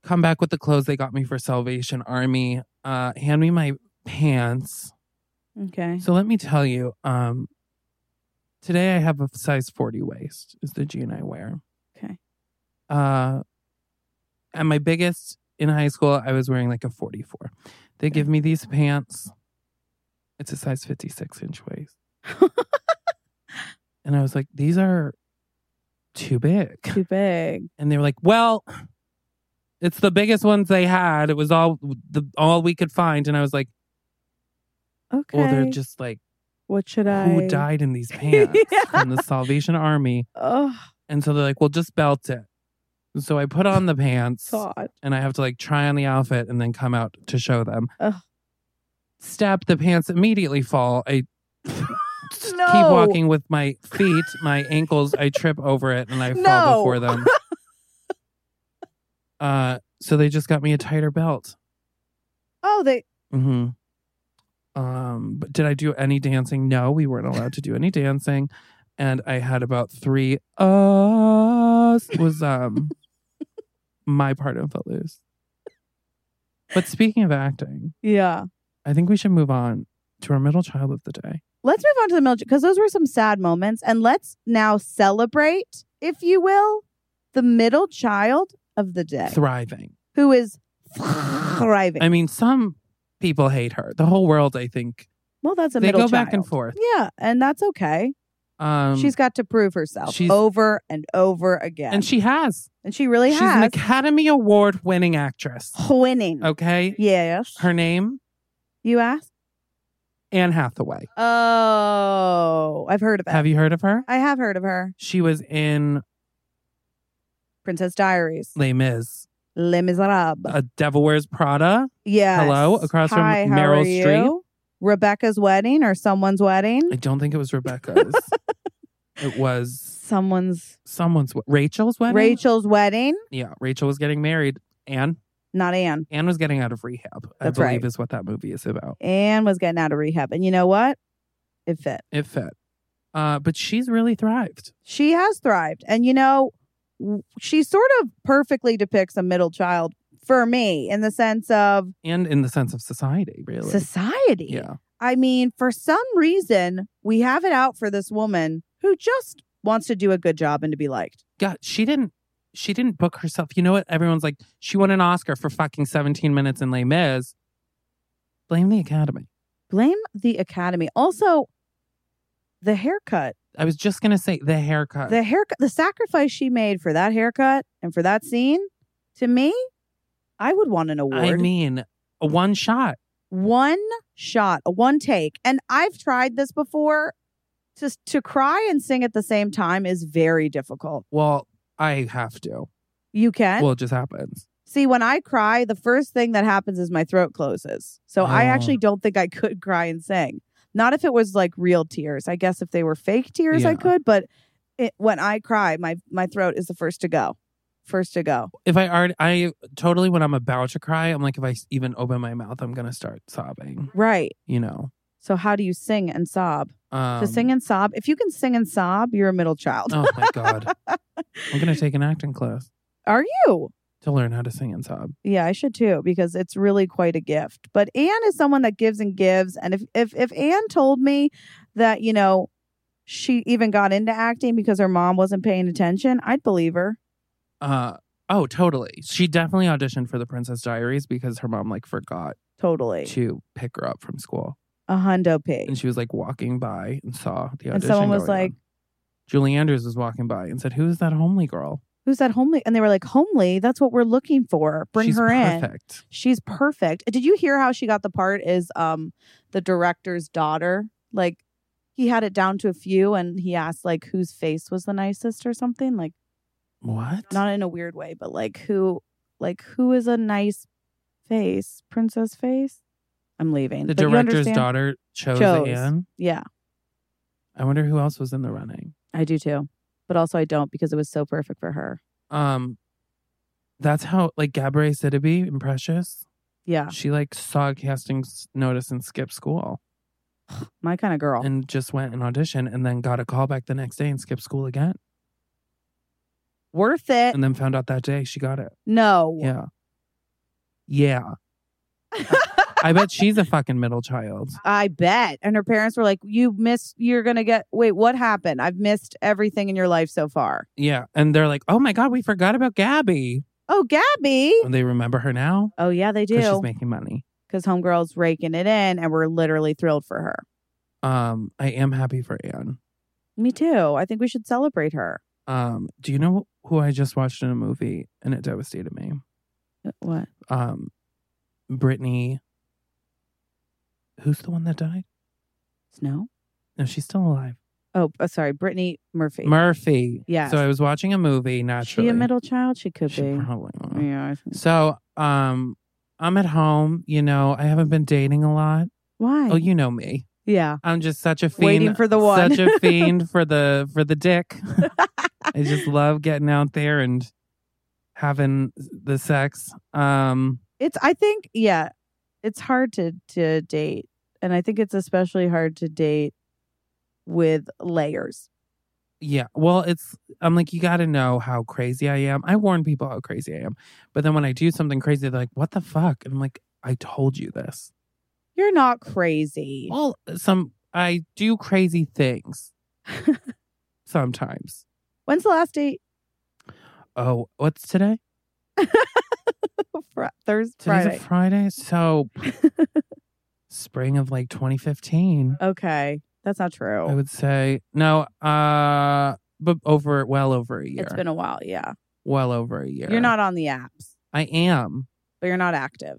Speaker 3: Come back with the clothes they got me for Salvation Army. Uh, hand me my pants.
Speaker 2: Okay.
Speaker 3: So let me tell you, um, today I have a size 40 waist is the jean I wear.
Speaker 2: Okay.
Speaker 3: Uh, at my biggest in high school, I was wearing like a 44. They give me these pants. It's a size 56 inch waist. and I was like, these are too big.
Speaker 2: Too big.
Speaker 3: and they were like, "Well, it's the biggest ones they had. It was all the all we could find." And I was like,
Speaker 2: Okay.
Speaker 3: "Well, they're just like
Speaker 2: what should I?
Speaker 3: who died in these pants
Speaker 2: Yeah.
Speaker 3: from the Salvation Army?"
Speaker 2: Oh
Speaker 3: And so they're like, "Well, just belt it." And So I put on the pants
Speaker 2: God.
Speaker 3: and I have to like try on the outfit and then come out to show them.
Speaker 2: Ugh.
Speaker 3: Step the pants immediately fall. I just keep
Speaker 2: No.
Speaker 3: walking with my feet, my ankles. I trip over it and I
Speaker 2: No.
Speaker 3: fall before them. uh, so they just got me a tighter belt.
Speaker 2: Oh, they.
Speaker 3: hmm Um, but did I do any dancing? No, we weren't allowed to do any dancing. And I had about three us was um my part in Footloose. But speaking of acting,
Speaker 2: Yeah.
Speaker 3: I think we should move on to our middle child of the day.
Speaker 2: Let's move on to the middle because those were some sad moments, and let's now celebrate, if you will, the middle child of the day,
Speaker 3: Thriving.
Speaker 2: who is thriving.
Speaker 3: I mean, some people hate her. The whole world, I think.
Speaker 2: well, that's a
Speaker 3: They
Speaker 2: middle
Speaker 3: go back and
Speaker 2: child.
Speaker 3: forth.
Speaker 2: Yeah, and that's okay.
Speaker 3: Um
Speaker 2: she's got to prove herself
Speaker 3: she's-
Speaker 2: over and over again,
Speaker 3: and she has.
Speaker 2: and she really
Speaker 3: she's an
Speaker 2: has
Speaker 3: Academy Award winning actress.
Speaker 2: winning.
Speaker 3: Okay.
Speaker 2: Yes,
Speaker 3: Her name,
Speaker 2: you asked.
Speaker 3: Anne Hathaway.
Speaker 2: Oh, I've heard of it.
Speaker 3: Have you heard of her?
Speaker 2: I have heard of her.
Speaker 3: She was in
Speaker 2: Princess Diaries,
Speaker 3: Les Mis,
Speaker 2: Les Miserables.
Speaker 3: A Devil Wears Prada.
Speaker 2: Yes.
Speaker 3: Hello, across from
Speaker 2: Hi, how
Speaker 3: Meryl
Speaker 2: are
Speaker 3: Streep.
Speaker 2: you? Rebecca's wedding or someone's wedding?
Speaker 3: I don't think it was Rebecca's. it was
Speaker 2: Someone's
Speaker 3: someone's Rachel's wedding.
Speaker 2: Rachel's wedding,
Speaker 3: Yeah, Rachel was getting married. Anne,
Speaker 2: not Anne.
Speaker 3: Anne was getting out of rehab. I
Speaker 2: That's
Speaker 3: believe
Speaker 2: right.
Speaker 3: is what that movie is about.
Speaker 2: Anne was getting out of rehab, and you know what? It fit.
Speaker 3: It fit. Uh, but she's really thrived.
Speaker 2: She has thrived, and you know, w- she sort of perfectly depicts a middle child for me in the sense of
Speaker 3: And in the sense of society, really.
Speaker 2: society.
Speaker 3: yeah.
Speaker 2: I mean, for some reason, we have it out for this woman who just wants to do a good job and to be liked.
Speaker 3: God, she didn't she didn't book herself. You know what? Everyone's like, she won an Oscar for fucking 17 minutes in Les Mis. Blame the Academy.
Speaker 2: Blame the academy. Also, the haircut.
Speaker 3: I was just gonna say the haircut.
Speaker 2: the haircut the sacrifice she made for that haircut and for that scene to me i would want an award
Speaker 3: I mean, a one shot.
Speaker 2: one shot a one take and i've tried this before just to cry and sing at the same time is very difficult
Speaker 3: Well, I have to.
Speaker 2: you can
Speaker 3: Well, it just happens.
Speaker 2: see when i cry the first thing that happens is my throat closes so i
Speaker 3: Oh.
Speaker 2: actually don't think i could cry and sing not if it was like real tears i guess if they were fake tears i
Speaker 3: Yeah.
Speaker 2: could but it, when i cry my my throat is the first to go first to go
Speaker 3: If I already, I totally when I'm about to cry, I'm like, if I s- even open my mouth, I'm gonna start sobbing.
Speaker 2: right
Speaker 3: You know,
Speaker 2: So how do you sing and sob?
Speaker 3: um,
Speaker 2: to sing and sob, if you can sing and sob, you're a middle child.
Speaker 3: oh my god, I'm gonna take an acting class
Speaker 2: Are you?
Speaker 3: to learn how to sing and sob.
Speaker 2: Yeah, I should too because it's really quite a gift. But Anne is someone that gives and gives, and if if if Anne told me that you know she even got into acting because her mom wasn't paying attention, I'd believe her.
Speaker 3: Uh, oh, totally. She definitely auditioned for the Princess Diaries because her mom like forgot
Speaker 2: Totally,
Speaker 3: to pick her up from school,
Speaker 2: a hundo
Speaker 3: and
Speaker 2: pig.
Speaker 3: she was like walking by and saw the audition.
Speaker 2: And someone was
Speaker 3: going on.
Speaker 2: like-
Speaker 3: Julie Andrews was walking by and said, "Who is that homely girl?
Speaker 2: Who's that homely? And they were like, homely. That's what we're looking for. Bring
Speaker 3: She's
Speaker 2: her in.
Speaker 3: perfect.
Speaker 2: She's perfect. Did you hear how she got the part is um the director's daughter? Like he had it down to a few and he asked like whose face was the nicest or something? Like
Speaker 3: What?
Speaker 2: not in a weird way, but like who like who is a nice face? Princess face? I'm leaving.
Speaker 3: the
Speaker 2: But you
Speaker 3: director's
Speaker 2: understand-
Speaker 3: daughter chose,
Speaker 2: Chose.
Speaker 3: Anne.
Speaker 2: Yeah,
Speaker 3: I wonder who else was in the running.
Speaker 2: I do too. But also I don't because it was so perfect for her.
Speaker 3: Um, that's how like Gabrielle Sidibe in Precious.
Speaker 2: Yeah.
Speaker 3: She like saw a casting s- notice and skipped school.
Speaker 2: My kind of girl.
Speaker 3: and just went and auditioned and then got a call back the next day and skipped school again.
Speaker 2: Worth it.
Speaker 3: And then found out that day she got it.
Speaker 2: No.
Speaker 3: Yeah. Yeah. I bet she's a fucking middle child.
Speaker 2: I bet. And her parents were like, You missed, you're going to get, wait, what happened? I've missed everything in your life so far.
Speaker 3: Yeah. And they're like, oh my God, we forgot about Gabby.
Speaker 2: Oh, Gabby.
Speaker 3: And they remember her now
Speaker 2: Oh, yeah, they
Speaker 3: because
Speaker 2: do.
Speaker 3: she's making money.
Speaker 2: Because Homegirl's raking it in, and we're literally thrilled for her.
Speaker 3: Um, I am happy for Anne.
Speaker 2: Me too. I think we should celebrate her.
Speaker 3: Um, do you know who I just watched in a movie and it devastated me?
Speaker 2: Uh, What?
Speaker 3: Um, Brittany. Who's the one that died?
Speaker 2: Snow?
Speaker 3: No, she's still alive.
Speaker 2: Oh, uh, sorry. Brittany Murphy.
Speaker 3: Murphy.
Speaker 2: Yes.
Speaker 3: So I was watching a movie
Speaker 2: she
Speaker 3: naturally.
Speaker 2: a middle child? She could
Speaker 3: She
Speaker 2: be. Mm.
Speaker 3: probably won't.
Speaker 2: Yeah. I think.
Speaker 3: So, um, I'm at home. You know, I haven't been dating a lot.
Speaker 2: Why?
Speaker 3: Oh, you know me.
Speaker 2: yeah.
Speaker 3: I'm just such a fiend.
Speaker 2: Waiting for the one.
Speaker 3: Such a fiend for the for the dick. I just love getting out there and having the sex. Um,
Speaker 2: It's, I think, yeah, it's hard to, to date. And I think it's especially hard to date with layers.
Speaker 3: yeah. Well, it's I'm like you got to know how crazy I am. I warn people how crazy I am, but then when I do something crazy, they're like, "What the fuck?" And I'm like, "I told you this."
Speaker 2: You're not crazy.
Speaker 3: Well, some I do crazy things sometimes.
Speaker 2: When's the last date?
Speaker 3: Oh, what's today?
Speaker 2: Fr- Thursday,
Speaker 3: Today's
Speaker 2: Friday.
Speaker 3: a Friday, so spring of like 2015.
Speaker 2: okay, that's not true.
Speaker 3: I would say no, uh, but over well over a year.
Speaker 2: It's been a while. Yeah,
Speaker 3: well over a year.
Speaker 2: you're not on the apps,
Speaker 3: I am.
Speaker 2: but you're not active.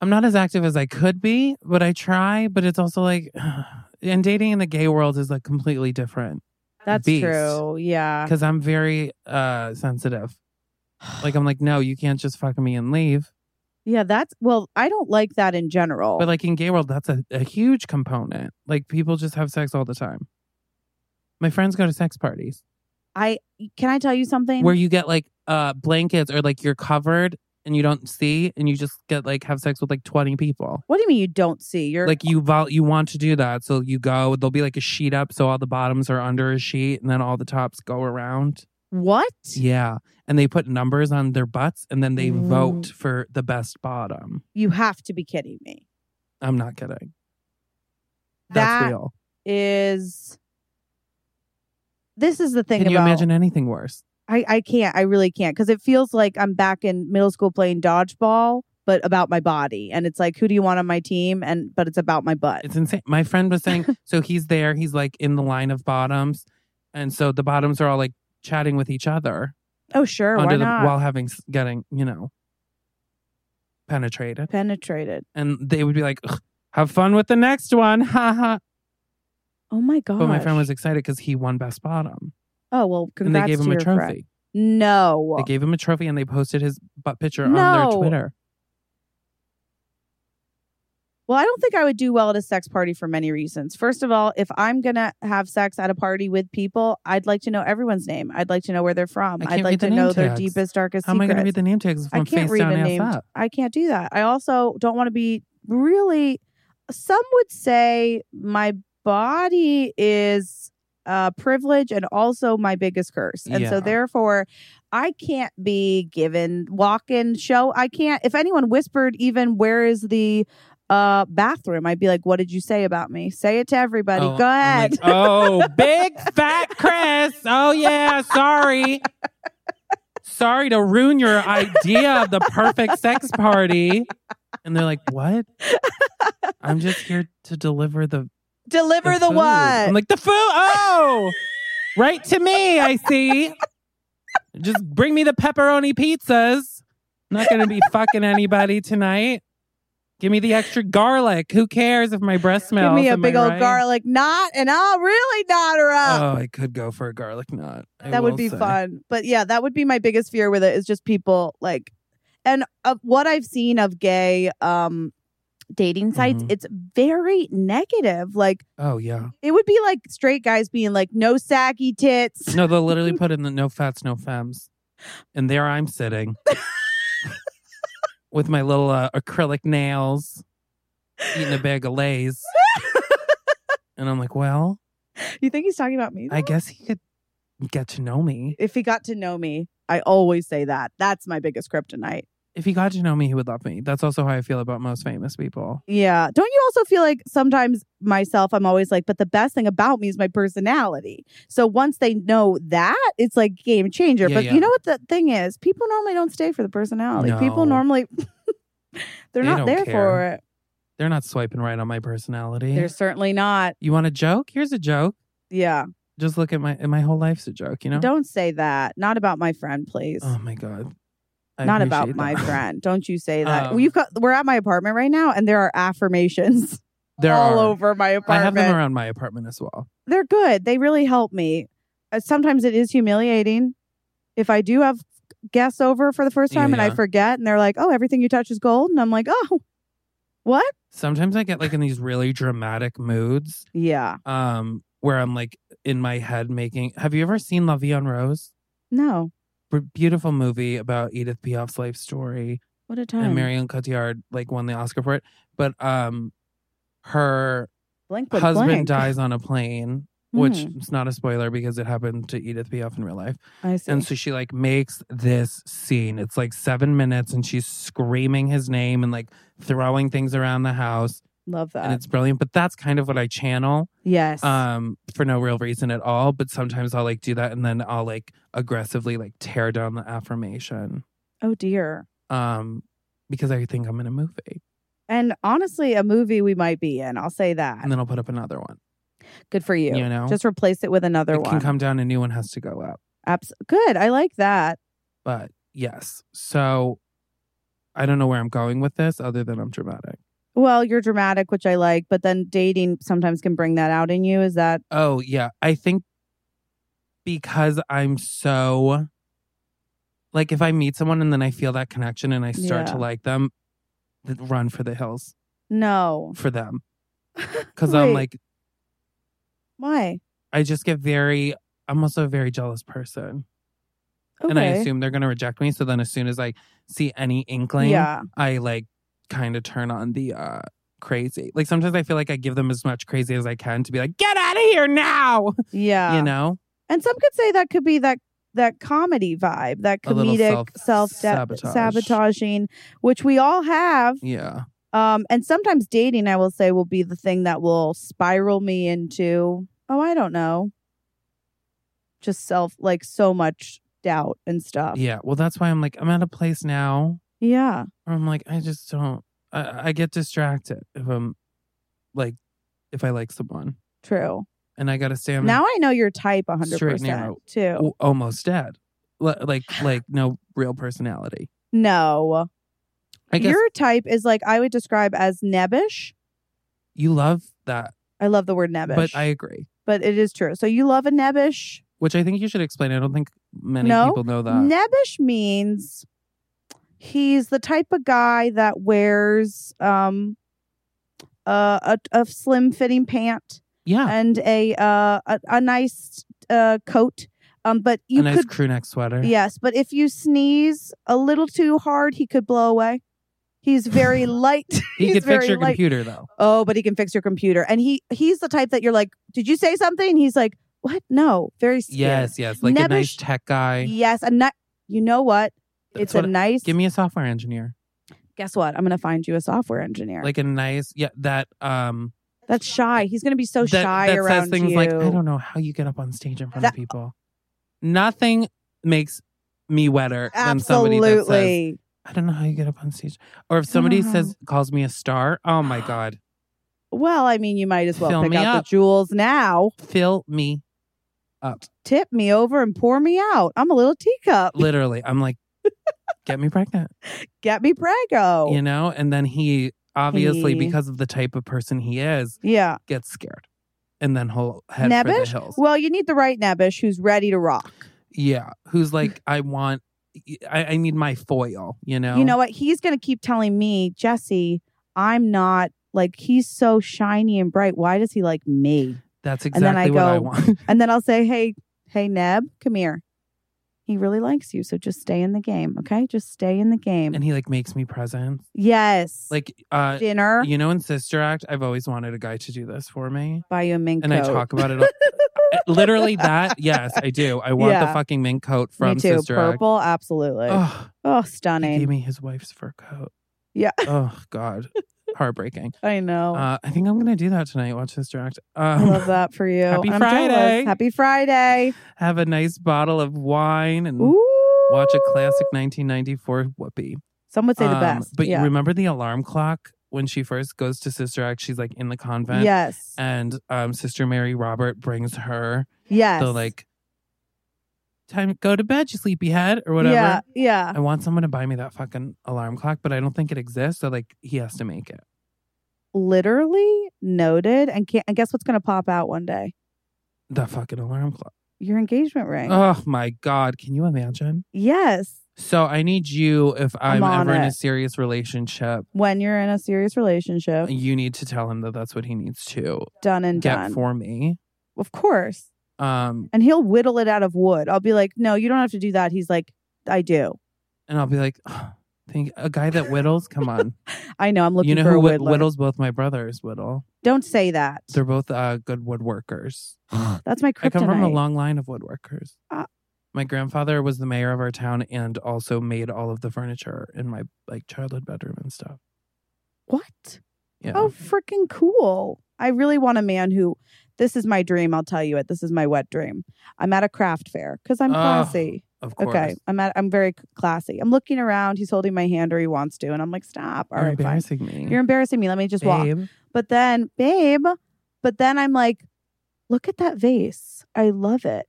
Speaker 3: I'm not as active as I could be, but I try. But it's also like, and dating in the gay world is like completely different
Speaker 2: That's
Speaker 3: Beast.
Speaker 2: true. Yeah.
Speaker 3: because I'm very uh sensitive. Like I'm like, no, you can't just fuck me and leave.
Speaker 2: Yeah, that's well. I don't like that in general.
Speaker 3: But like in gay world, that's a, a huge component. Like people just have sex all the time. My friends go to sex parties
Speaker 2: I can I tell you something?
Speaker 3: where you get like uh blankets or like you're covered and you don't see and you just get like have sex with like 20 people.
Speaker 2: what do you mean you don't see? You're
Speaker 3: Like you vol- you want to do that, so you go. There'll be like a sheet up, so all the bottoms are under a sheet, and then all the tops go around.
Speaker 2: what?
Speaker 3: Yeah, and they put numbers on their butts, and then they
Speaker 2: Ooh.
Speaker 3: vote for the best bottom.
Speaker 2: You have to be kidding me.
Speaker 3: I'm not kidding. That's
Speaker 2: That
Speaker 3: real.
Speaker 2: Is this is the thing
Speaker 3: Can you
Speaker 2: about
Speaker 3: imagine anything worse?
Speaker 2: I, I can't. I really can't because it feels like I'm back in middle school playing dodgeball, but about my body. And it's like, who do you want on my team? And but it's about my butt.
Speaker 3: It's insane. My friend was saying, so he's there, he's like in the line of bottoms. And so the bottoms are all like chatting with each other
Speaker 2: oh sure, why
Speaker 3: under the,
Speaker 2: not?
Speaker 3: while having, s- getting, you know, penetrated.
Speaker 2: Penetrated.
Speaker 3: And they would be like, "Ugh, have fun with the next one. Ha ha.
Speaker 2: Oh my god.
Speaker 3: But my friend was excited because he won Best Bottom.
Speaker 2: Oh well,
Speaker 3: And
Speaker 2: congrats
Speaker 3: they gave
Speaker 2: to
Speaker 3: him a
Speaker 2: your
Speaker 3: trophy.
Speaker 2: friend. No,
Speaker 3: They gave him a trophy and they posted his butt picture on
Speaker 2: No.
Speaker 3: their Twitter.
Speaker 2: Well, I don't think I would do well at a sex party for many reasons. First of all, if I'm going to have sex at a party with people, I'd like to know everyone's name. I'd like to know where they're from.
Speaker 3: I
Speaker 2: I'd
Speaker 3: can't
Speaker 2: like
Speaker 3: read
Speaker 2: to
Speaker 3: the name
Speaker 2: know their
Speaker 3: tags.
Speaker 2: deepest, darkest
Speaker 3: How am I
Speaker 2: secrets.
Speaker 3: going to read the name tags
Speaker 2: I
Speaker 3: from
Speaker 2: can't
Speaker 3: face
Speaker 2: read
Speaker 3: down
Speaker 2: a
Speaker 3: ass
Speaker 2: name.
Speaker 3: up?
Speaker 2: I can't do that. I also don't want to be really. Some would say my body is a privilege and also my biggest curse, and so
Speaker 3: Yeah.
Speaker 2: therefore, I can't be given walk-in show. I can't. If anyone whispered even where is the uh bathroom, I'd be like, "What did you say about me? Say it to everybody.
Speaker 3: Oh,
Speaker 2: Go
Speaker 3: I'm
Speaker 2: ahead."
Speaker 3: like, oh, big fat Chris. Oh yeah, sorry. Sorry to ruin your idea of the perfect sex party. And they're like, "What? I'm just here to deliver the
Speaker 2: Deliver the,
Speaker 3: food."
Speaker 2: what?
Speaker 3: I'm like, "The food. Oh, right to me. I see. Just bring me the pepperoni pizzas. I'm not gonna be fucking anybody tonight. Give me the extra garlic. Who cares if my breast
Speaker 2: Give
Speaker 3: smells?
Speaker 2: me a
Speaker 3: Am I
Speaker 2: big old
Speaker 3: right?
Speaker 2: garlic knot, and I'll really knot her up.
Speaker 3: Oh, I could go for a garlic knot. I
Speaker 2: Um, that would
Speaker 3: will
Speaker 2: be
Speaker 3: say.
Speaker 2: fun. But yeah, that would be my biggest fear with it is just people like, and of what I've seen of gay um dating sites,
Speaker 3: Mhm.
Speaker 2: it's very negative. Like
Speaker 3: Oh yeah.
Speaker 2: it would be like straight guys being like, no saggy tits.
Speaker 3: No, they'll literally put in the no fats, no femmes, and there I'm sitting with my little uh, acrylic nails, eating a bag of Lay's. And I'm like, well,
Speaker 2: You think he's talking about me?
Speaker 3: I
Speaker 2: though?
Speaker 3: guess he could get to know me.
Speaker 2: if he got to know me, I always say that. That's my biggest kryptonite.
Speaker 3: If he got to know me, he would love me. That's also how I feel about most famous people.
Speaker 2: Yeah. Don't you also feel like sometimes myself, I'm always like, but the best thing about me is my personality. So once they know that, it's like game changer.
Speaker 3: Yeah,
Speaker 2: but
Speaker 3: yeah.
Speaker 2: you know what the thing is? People normally don't stay for the personality. People
Speaker 3: No.
Speaker 2: normally, they're
Speaker 3: They
Speaker 2: not
Speaker 3: don't
Speaker 2: there
Speaker 3: care.
Speaker 2: for it.
Speaker 3: They're not swiping right on my personality.
Speaker 2: They're certainly not.
Speaker 3: you want a joke? Here's a joke.
Speaker 2: Yeah.
Speaker 3: Just look at my my whole life's a joke, you know?
Speaker 2: Don't say that. Not about my friend, please.
Speaker 3: Oh my god. I
Speaker 2: not about
Speaker 3: appreciate
Speaker 2: my
Speaker 3: that.
Speaker 2: friend. Don't you say that.
Speaker 3: Um,
Speaker 2: We've got, we're at my apartment right now, and there are affirmations
Speaker 3: There
Speaker 2: all
Speaker 3: are.
Speaker 2: over my
Speaker 3: I
Speaker 2: apartment.
Speaker 3: have them around my apartment as well.
Speaker 2: they're good. They really help me. Uh, sometimes it is humiliating if I do have guests over for the first
Speaker 3: Yeah,
Speaker 2: time and
Speaker 3: yeah.
Speaker 2: I forget, and they're like, "Oh, everything you touch is gold," and I'm like, "Oh, what?"
Speaker 3: Sometimes I get like in these really dramatic moods
Speaker 2: Yeah,
Speaker 3: um where I'm like in my head making Have you ever seen La Vie en Rose?
Speaker 2: no,
Speaker 3: B- beautiful movie about Edith Piaf's life story.
Speaker 2: what a
Speaker 3: And
Speaker 2: time.
Speaker 3: Marion Cotillard like won the Oscar for it. But um her
Speaker 2: blink, blink,
Speaker 3: husband
Speaker 2: blank.
Speaker 3: dies on a plane, which
Speaker 2: Hmm,
Speaker 3: is not a spoiler because it happened to Edith Piaf in real life.
Speaker 2: I see.
Speaker 3: And so she like makes this scene. It's like seven minutes and she's screaming his name and like throwing things around the house.
Speaker 2: Love that.
Speaker 3: and it's brilliant. But that's kind of what I channel.
Speaker 2: yes.
Speaker 3: Um, for no real reason at all. But sometimes I'll like do that and then I'll like aggressively like tear down the affirmation.
Speaker 2: oh dear.
Speaker 3: Um, because I think I'm in a movie.
Speaker 2: And honestly, a movie we might be in. I'll say that.
Speaker 3: And then I'll put up another one.
Speaker 2: Good for you.
Speaker 3: You know?
Speaker 2: just replace it with another
Speaker 3: it
Speaker 2: one.
Speaker 3: can come down, a new one has to go up.
Speaker 2: Abs- good. I like that.
Speaker 3: But yes. So I don't know where I'm going with this other than I'm dramatic.
Speaker 2: Well, you're dramatic, which I like, but then dating sometimes can bring that out in you. Is that
Speaker 3: Oh yeah, I think because I'm so like if I meet someone and then I feel that connection and I start to
Speaker 2: Yeah.
Speaker 3: like them, th- run for the hills
Speaker 2: no?
Speaker 3: for them because I'm
Speaker 2: Wait.
Speaker 3: like
Speaker 2: Why?
Speaker 3: I just get very I'm also a very jealous person
Speaker 2: Okay.
Speaker 3: and I assume they're gonna reject me. So then as soon as I see any inkling,
Speaker 2: Yeah.
Speaker 3: I like kind of turn on the uh crazy. Like sometimes I feel like I give them as much crazy as I can to be like get out of here now,
Speaker 2: Yeah.
Speaker 3: you know.
Speaker 2: And some could say that could be that that comedy vibe, that
Speaker 3: A little
Speaker 2: comedic self
Speaker 3: self-sabotage.
Speaker 2: sabotaging, which we all have.
Speaker 3: Yeah.
Speaker 2: Um, and sometimes dating, I will say, will be the thing that will spiral me into, oh, I don't know, just self like so much doubt and stuff.
Speaker 3: Yeah. Well, that's why I'm like, I'm at a place now
Speaker 2: Yeah.
Speaker 3: where I'm like, I just don't, I, I get distracted if I'm like, if I like someone
Speaker 2: True.
Speaker 3: and I got to stay on
Speaker 2: now I know your type 100%
Speaker 3: Straight narrow.
Speaker 2: too.
Speaker 3: o- almost dead. L- like, like no real personality.
Speaker 2: No.
Speaker 3: I guess
Speaker 2: Your type is like I would describe as nebbish.
Speaker 3: you love that,
Speaker 2: I love the word nebbish.
Speaker 3: but I agree,
Speaker 2: but it is true. So you love a nebbish.
Speaker 3: which I think you should explain. I don't think many
Speaker 2: No.
Speaker 3: people know that.
Speaker 2: Nebbish means he's the type of guy that wears um a a, a slim fitting pant
Speaker 3: yeah.
Speaker 2: and a uh a, a nice uh coat. Um, but you
Speaker 3: a nice
Speaker 2: could
Speaker 3: crew neck sweater.
Speaker 2: yes, but if you sneeze a little too hard, he could blow away. He's very light.
Speaker 3: He
Speaker 2: he's
Speaker 3: could fix
Speaker 2: very
Speaker 3: your
Speaker 2: light.
Speaker 3: computer though.
Speaker 2: oh, but he can fix your computer. And he he's the type that you're like, did you say something? He's like, what? No, very scared.
Speaker 3: Yes. Yes. Like a
Speaker 2: Nebbish-
Speaker 3: nice tech guy.
Speaker 2: yes, a ni- You know what?
Speaker 3: That's
Speaker 2: it's a
Speaker 3: what I-
Speaker 2: nice.
Speaker 3: Give me a software engineer.
Speaker 2: guess what? I'm gonna find you a software engineer.
Speaker 3: Like a nice, yeah, that, um,
Speaker 2: that's shy. He's gonna be so
Speaker 3: that,
Speaker 2: shy
Speaker 3: that
Speaker 2: around
Speaker 3: says things
Speaker 2: you.
Speaker 3: like i don't know how you get up on stage in front of
Speaker 2: That-
Speaker 3: people nothing makes me wetter than somebody that says
Speaker 2: Absolutely. Mm-hmm.
Speaker 3: i don't know how you get up on stage or if somebody
Speaker 2: know
Speaker 3: says calls me a star oh my god
Speaker 2: Well, I mean, you might as well
Speaker 3: Fill
Speaker 2: pick
Speaker 3: me
Speaker 2: out
Speaker 3: up.
Speaker 2: the jewels now.
Speaker 3: fill me
Speaker 2: Tip me over and pour me out. I'm a little teacup.
Speaker 3: literally i'm like get me pregnant
Speaker 2: Get me prego.
Speaker 3: you know and then he obviously
Speaker 2: Oh. He-
Speaker 3: because of the type of person he is
Speaker 2: yeah.
Speaker 3: gets scared and then whole head for
Speaker 2: Nebbish?
Speaker 3: the hills
Speaker 2: Well, you need the right nebbish who's ready to rock.
Speaker 3: yeah who's like i want I, I need my foil you know
Speaker 2: You know what? He's going to keep telling me, Jesse, I'm not like, he's so shiny and bright. Why does he like me?
Speaker 3: that's
Speaker 2: then I
Speaker 3: exactly what i
Speaker 2: go,
Speaker 3: want
Speaker 2: And then I'll say, hey, hey, Neb, come here. He really likes you, so just stay in the game, okay? Just stay in the game.
Speaker 3: And he like makes me presents.
Speaker 2: yes.
Speaker 3: Like uh
Speaker 2: dinner,
Speaker 3: you know in Sister Act, I've always wanted a guy to do this for me.
Speaker 2: buy you a mink
Speaker 3: And I
Speaker 2: coat.
Speaker 3: talk about it all- literally that. Yes, I do. I want the
Speaker 2: Yeah.
Speaker 3: fucking mink coat
Speaker 2: Me
Speaker 3: from
Speaker 2: too.
Speaker 3: Sister Act.
Speaker 2: Purple, absolutely. Oh,
Speaker 3: Ugh, he gave
Speaker 2: stunning.
Speaker 3: me his wife's fur coat.
Speaker 2: Yeah.
Speaker 3: Oh god. Heartbreaking.
Speaker 2: I know.
Speaker 3: Uh, I think I'm gonna do that tonight. Watch Sister Act.
Speaker 2: I love
Speaker 3: Um,
Speaker 2: that for you.
Speaker 3: Happy
Speaker 2: And I'm jealous.
Speaker 3: Friday.
Speaker 2: Happy Friday.
Speaker 3: have a nice bottle of wine and
Speaker 2: Ooh.
Speaker 3: Mm. watch a classic 1994 whoopee.
Speaker 2: Some would say the
Speaker 3: Um,
Speaker 2: best.
Speaker 3: But you
Speaker 2: yeah.
Speaker 3: remember the alarm clock when she first goes to Sister Act? She's like in the convent.
Speaker 2: yes.
Speaker 3: And um, Sister Mary Robert brings her
Speaker 2: yes.
Speaker 3: the like, time go to bed, you sleepyhead, or whatever.
Speaker 2: Yeah. Yeah.
Speaker 3: I want someone to buy me that fucking alarm clock, but I don't think it exists. So like, he has to make it.
Speaker 2: Literally noted. And, can't, and guess what's going to pop out one day?
Speaker 3: The fucking alarm clock.
Speaker 2: Your engagement ring.
Speaker 3: Oh my god, can you imagine?
Speaker 2: yes.
Speaker 3: So I need you if
Speaker 2: I'm
Speaker 3: I'm,
Speaker 2: on
Speaker 3: ever in a
Speaker 2: it.
Speaker 3: serious relationship,
Speaker 2: When you're in a serious relationship,
Speaker 3: you need to tell him that that's what he needs to
Speaker 2: done and
Speaker 3: get
Speaker 2: done.
Speaker 3: for me.
Speaker 2: of course.
Speaker 3: Um,
Speaker 2: And he'll whittle it out of wood. I'll be like, no, you don't have to do that. He's like, I do.
Speaker 3: and I'll be like, "Ugh, think a guy that whittles. Come on,
Speaker 2: I know. I'm looking
Speaker 3: you know
Speaker 2: for
Speaker 3: who
Speaker 2: a
Speaker 3: whitt-
Speaker 2: whittler.
Speaker 3: whittles? Both my brothers whittle.
Speaker 2: Don't say that.
Speaker 3: They're both uh, good woodworkers. I
Speaker 2: That's my kryptonite.
Speaker 3: come from a long line of woodworkers.
Speaker 2: Ah.
Speaker 3: my grandfather was the mayor of our town and also made all of the furniture in my like childhood bedroom and stuff.
Speaker 2: what?
Speaker 3: Yeah.
Speaker 2: Oh, freaking cool. I really want a man who, this is my dream. I'll tell you it. This is my wet dream. I'm at a craft fair because I'm
Speaker 3: Oh,
Speaker 2: classy.
Speaker 3: of course.
Speaker 2: okay. I'm at, I'm very classy. I'm looking around. He's holding my hand or he wants to. And I'm like, stop. All
Speaker 3: You're
Speaker 2: right, fine.
Speaker 3: embarrassing me.
Speaker 2: You're embarrassing me. Let me just walk.
Speaker 3: Babe.
Speaker 2: But then, babe, but then I'm like, look at that vase. I love it.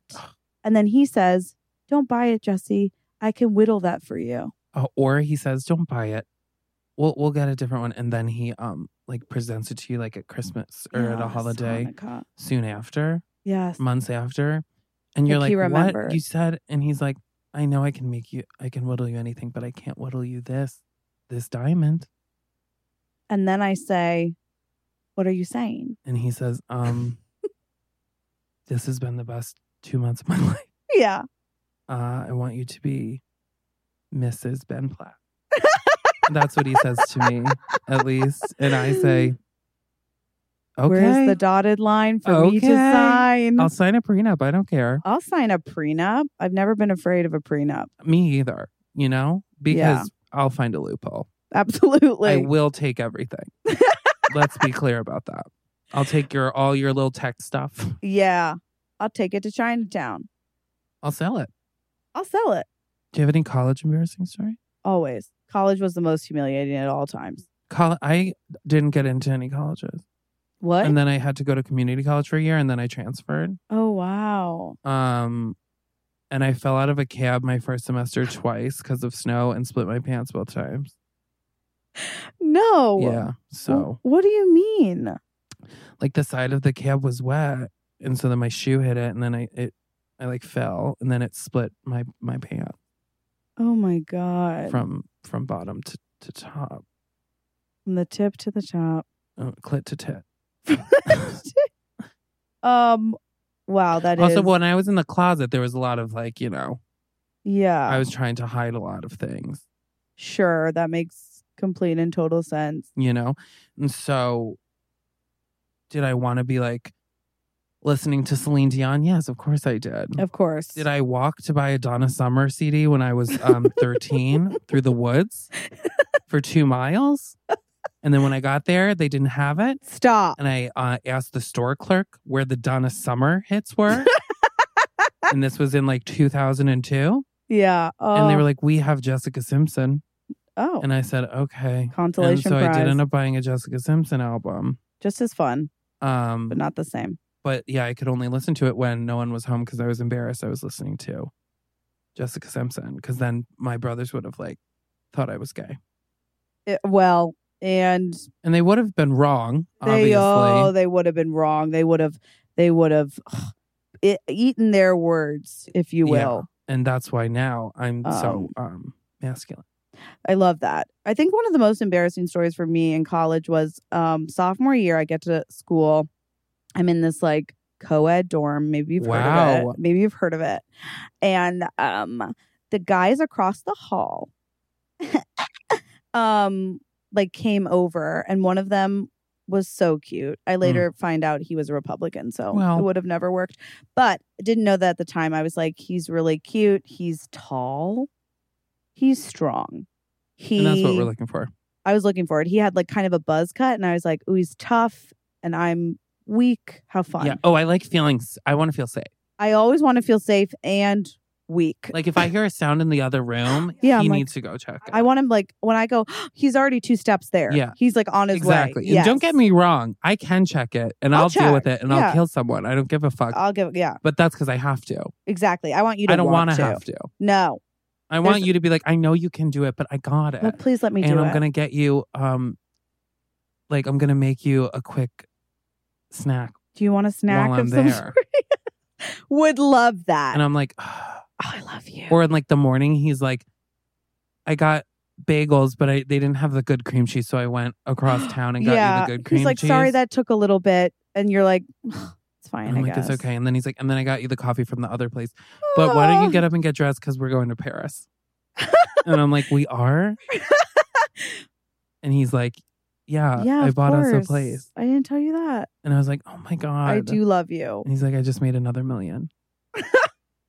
Speaker 2: And then he says, don't buy it, Jesse. I can whittle that for you.
Speaker 3: Uh, or he says, "Don't buy it. We'll we'll get a different one." And then he um like presents it to you like at Christmas or at a
Speaker 2: Yes,
Speaker 3: holiday Mm.
Speaker 2: Hanukkah.
Speaker 3: soon after,
Speaker 2: Oh Yes.
Speaker 3: months after, and you're
Speaker 2: Like, he
Speaker 3: like, "What
Speaker 2: remembers.
Speaker 3: you said?" And he's like, "I know I can make you. I can whittle you anything, but I can't whittle you this this diamond."
Speaker 2: And then I say, What are you saying?
Speaker 3: And he says, "Um, this has been the best two months of my life.
Speaker 2: Yeah.
Speaker 3: Uh, I want you to be Mrs. Ben Platt." That's what he says to me, at least. And I say, okay.
Speaker 2: Where's the dotted line for me to
Speaker 3: Okay.
Speaker 2: sign?
Speaker 3: I'll
Speaker 2: I'll,
Speaker 3: sign a prenup. I don't care.
Speaker 2: sign a prenup. I've never been afraid of a prenup.
Speaker 3: Me either, you know? Because
Speaker 2: Yeah.
Speaker 3: I'll find a loophole. I
Speaker 2: Absolutely.
Speaker 3: will take everything. Let's be clear about that. I'll take your all your little tech stuff.
Speaker 2: yeah. I'll take it to Chinatown.
Speaker 3: I'll sell it.
Speaker 2: I'll sell it.
Speaker 3: Do you have any college embarrassing story?
Speaker 2: Always. College was the most humiliating at all times.
Speaker 3: Col- I didn't get into any colleges.
Speaker 2: What?
Speaker 3: And then I had to go to community college for a year and then I transferred.
Speaker 2: oh, wow.
Speaker 3: Um and I fell out of a cab my first semester twice because of snow and split my pants both times.
Speaker 2: No.
Speaker 3: Yeah. So
Speaker 2: Wh- What do you mean?
Speaker 3: like the side of the cab was wet and so then my shoe hit it and then i it i like fell and then it split my my pant
Speaker 2: Oh, my God. From,
Speaker 3: from from bottom to to top
Speaker 2: the tip to the top.
Speaker 3: uh, clit to tit
Speaker 2: um, wow. That is.
Speaker 3: also when i was in the closet there was a lot of like you know
Speaker 2: Yeah.
Speaker 3: i was trying to hide a lot of things
Speaker 2: Sure, that makes complete and total sense.
Speaker 3: you know and so did i want to be like listening to celine dion yes of course i did
Speaker 2: Of course.
Speaker 3: Mm, did i walk to buy a donna summer cd when i was um 13 through the woods for two miles and then when i got there they didn't have it
Speaker 2: Stop.
Speaker 3: and i uh, asked the store clerk where the donna summer hits were and this was in like 2002
Speaker 2: Yeah. Oh.
Speaker 3: and they were like we have jessica simpson
Speaker 2: oh,
Speaker 3: and i said okay and
Speaker 2: consolation
Speaker 3: so i
Speaker 2: prize.
Speaker 3: did end up buying a jessica simpson album
Speaker 2: Just as fun,
Speaker 3: um
Speaker 2: but not the same.
Speaker 3: but yeah, I could only listen to it when no one was home because I was embarrassed. I was listening to Jessica Simpson because then my brothers would have like thought I was gay,
Speaker 2: It- Eh, well, and
Speaker 3: and they would have been wrong.
Speaker 2: they
Speaker 3: obviously,
Speaker 2: oh, they would have been wrong. They would have. They would have ugh, it, eaten their words, if you
Speaker 3: Yeah.
Speaker 2: will.
Speaker 3: and that's why now I'm so um masculine.
Speaker 2: I love that. I think one of the most embarrassing stories for me in college was um, sophomore year. I get to school. I'm in this like co-ed dorm. Maybe you've heard of
Speaker 3: Wow.
Speaker 2: it. Maybe you've heard of it. And um, the guys across the hall, um, like came over, and one of them was so cute. I later find out he was a Republican, so it
Speaker 3: Hmm. Well.
Speaker 2: would have never worked. But I didn't know that at the time. I was like, he's really cute. He's tall. He's strong. He
Speaker 3: and that's what we're looking for.
Speaker 2: I was looking for it. He had like kind of a buzz cut, and I was like, "Ooh, he's tough, and I'm weak. How fun!"
Speaker 3: Yeah. Oh, I like feelings. I want to feel safe.
Speaker 2: I always want to feel safe and weak.
Speaker 3: Like if I hear a sound in the other room,
Speaker 2: Yeah,
Speaker 3: he
Speaker 2: I'm like,
Speaker 3: needs to go check. it.
Speaker 2: I want him like when I go, he's already two steps there.
Speaker 3: Yeah.
Speaker 2: he's like on his
Speaker 3: exactly.
Speaker 2: way.
Speaker 3: And
Speaker 2: Yes.
Speaker 3: don't get me wrong. I can check it and
Speaker 2: I'll
Speaker 3: I'll, deal with
Speaker 2: check.
Speaker 3: it and
Speaker 2: Yeah.
Speaker 3: I'll kill someone. I don't give a fuck.
Speaker 2: I'll give. Yeah,
Speaker 3: but that's because I have to.
Speaker 2: exactly. I want you to.
Speaker 3: I don't
Speaker 2: want
Speaker 3: to have to.
Speaker 2: No,
Speaker 3: I want
Speaker 2: There's-
Speaker 3: you to be like, I know you can do it, but I got it.
Speaker 2: well, please let me
Speaker 3: and
Speaker 2: do
Speaker 3: I'm
Speaker 2: it.
Speaker 3: gonna get you um like I'm gonna make you a quick snack,
Speaker 2: do you want a snack
Speaker 3: while I'm
Speaker 2: of some
Speaker 3: there.
Speaker 2: sort? Would love that.
Speaker 3: And I'm like
Speaker 2: oh, I love you.
Speaker 3: or in like the morning he's like, I got bagels, but I they didn't have the good cream cheese, so I went across town and got
Speaker 2: yeah,
Speaker 3: you the good cream
Speaker 2: he's like,
Speaker 3: cheese.
Speaker 2: "Sorry, that took a little bit," and you're like, "It's fine.
Speaker 3: And I'm
Speaker 2: I
Speaker 3: like,
Speaker 2: guess
Speaker 3: it's okay. And then he's like, and then I got you the coffee from the other place. But why don't
Speaker 2: Aw.
Speaker 3: you get up and get dressed? Because we're going to Paris. and I'm like, we are? and he's like, yeah,
Speaker 2: yeah,
Speaker 3: I
Speaker 2: of
Speaker 3: bought us
Speaker 2: course.
Speaker 3: a place.
Speaker 2: I didn't tell you that.
Speaker 3: And I was like, oh my God.
Speaker 2: I do love you.
Speaker 3: And he's like, I just made another million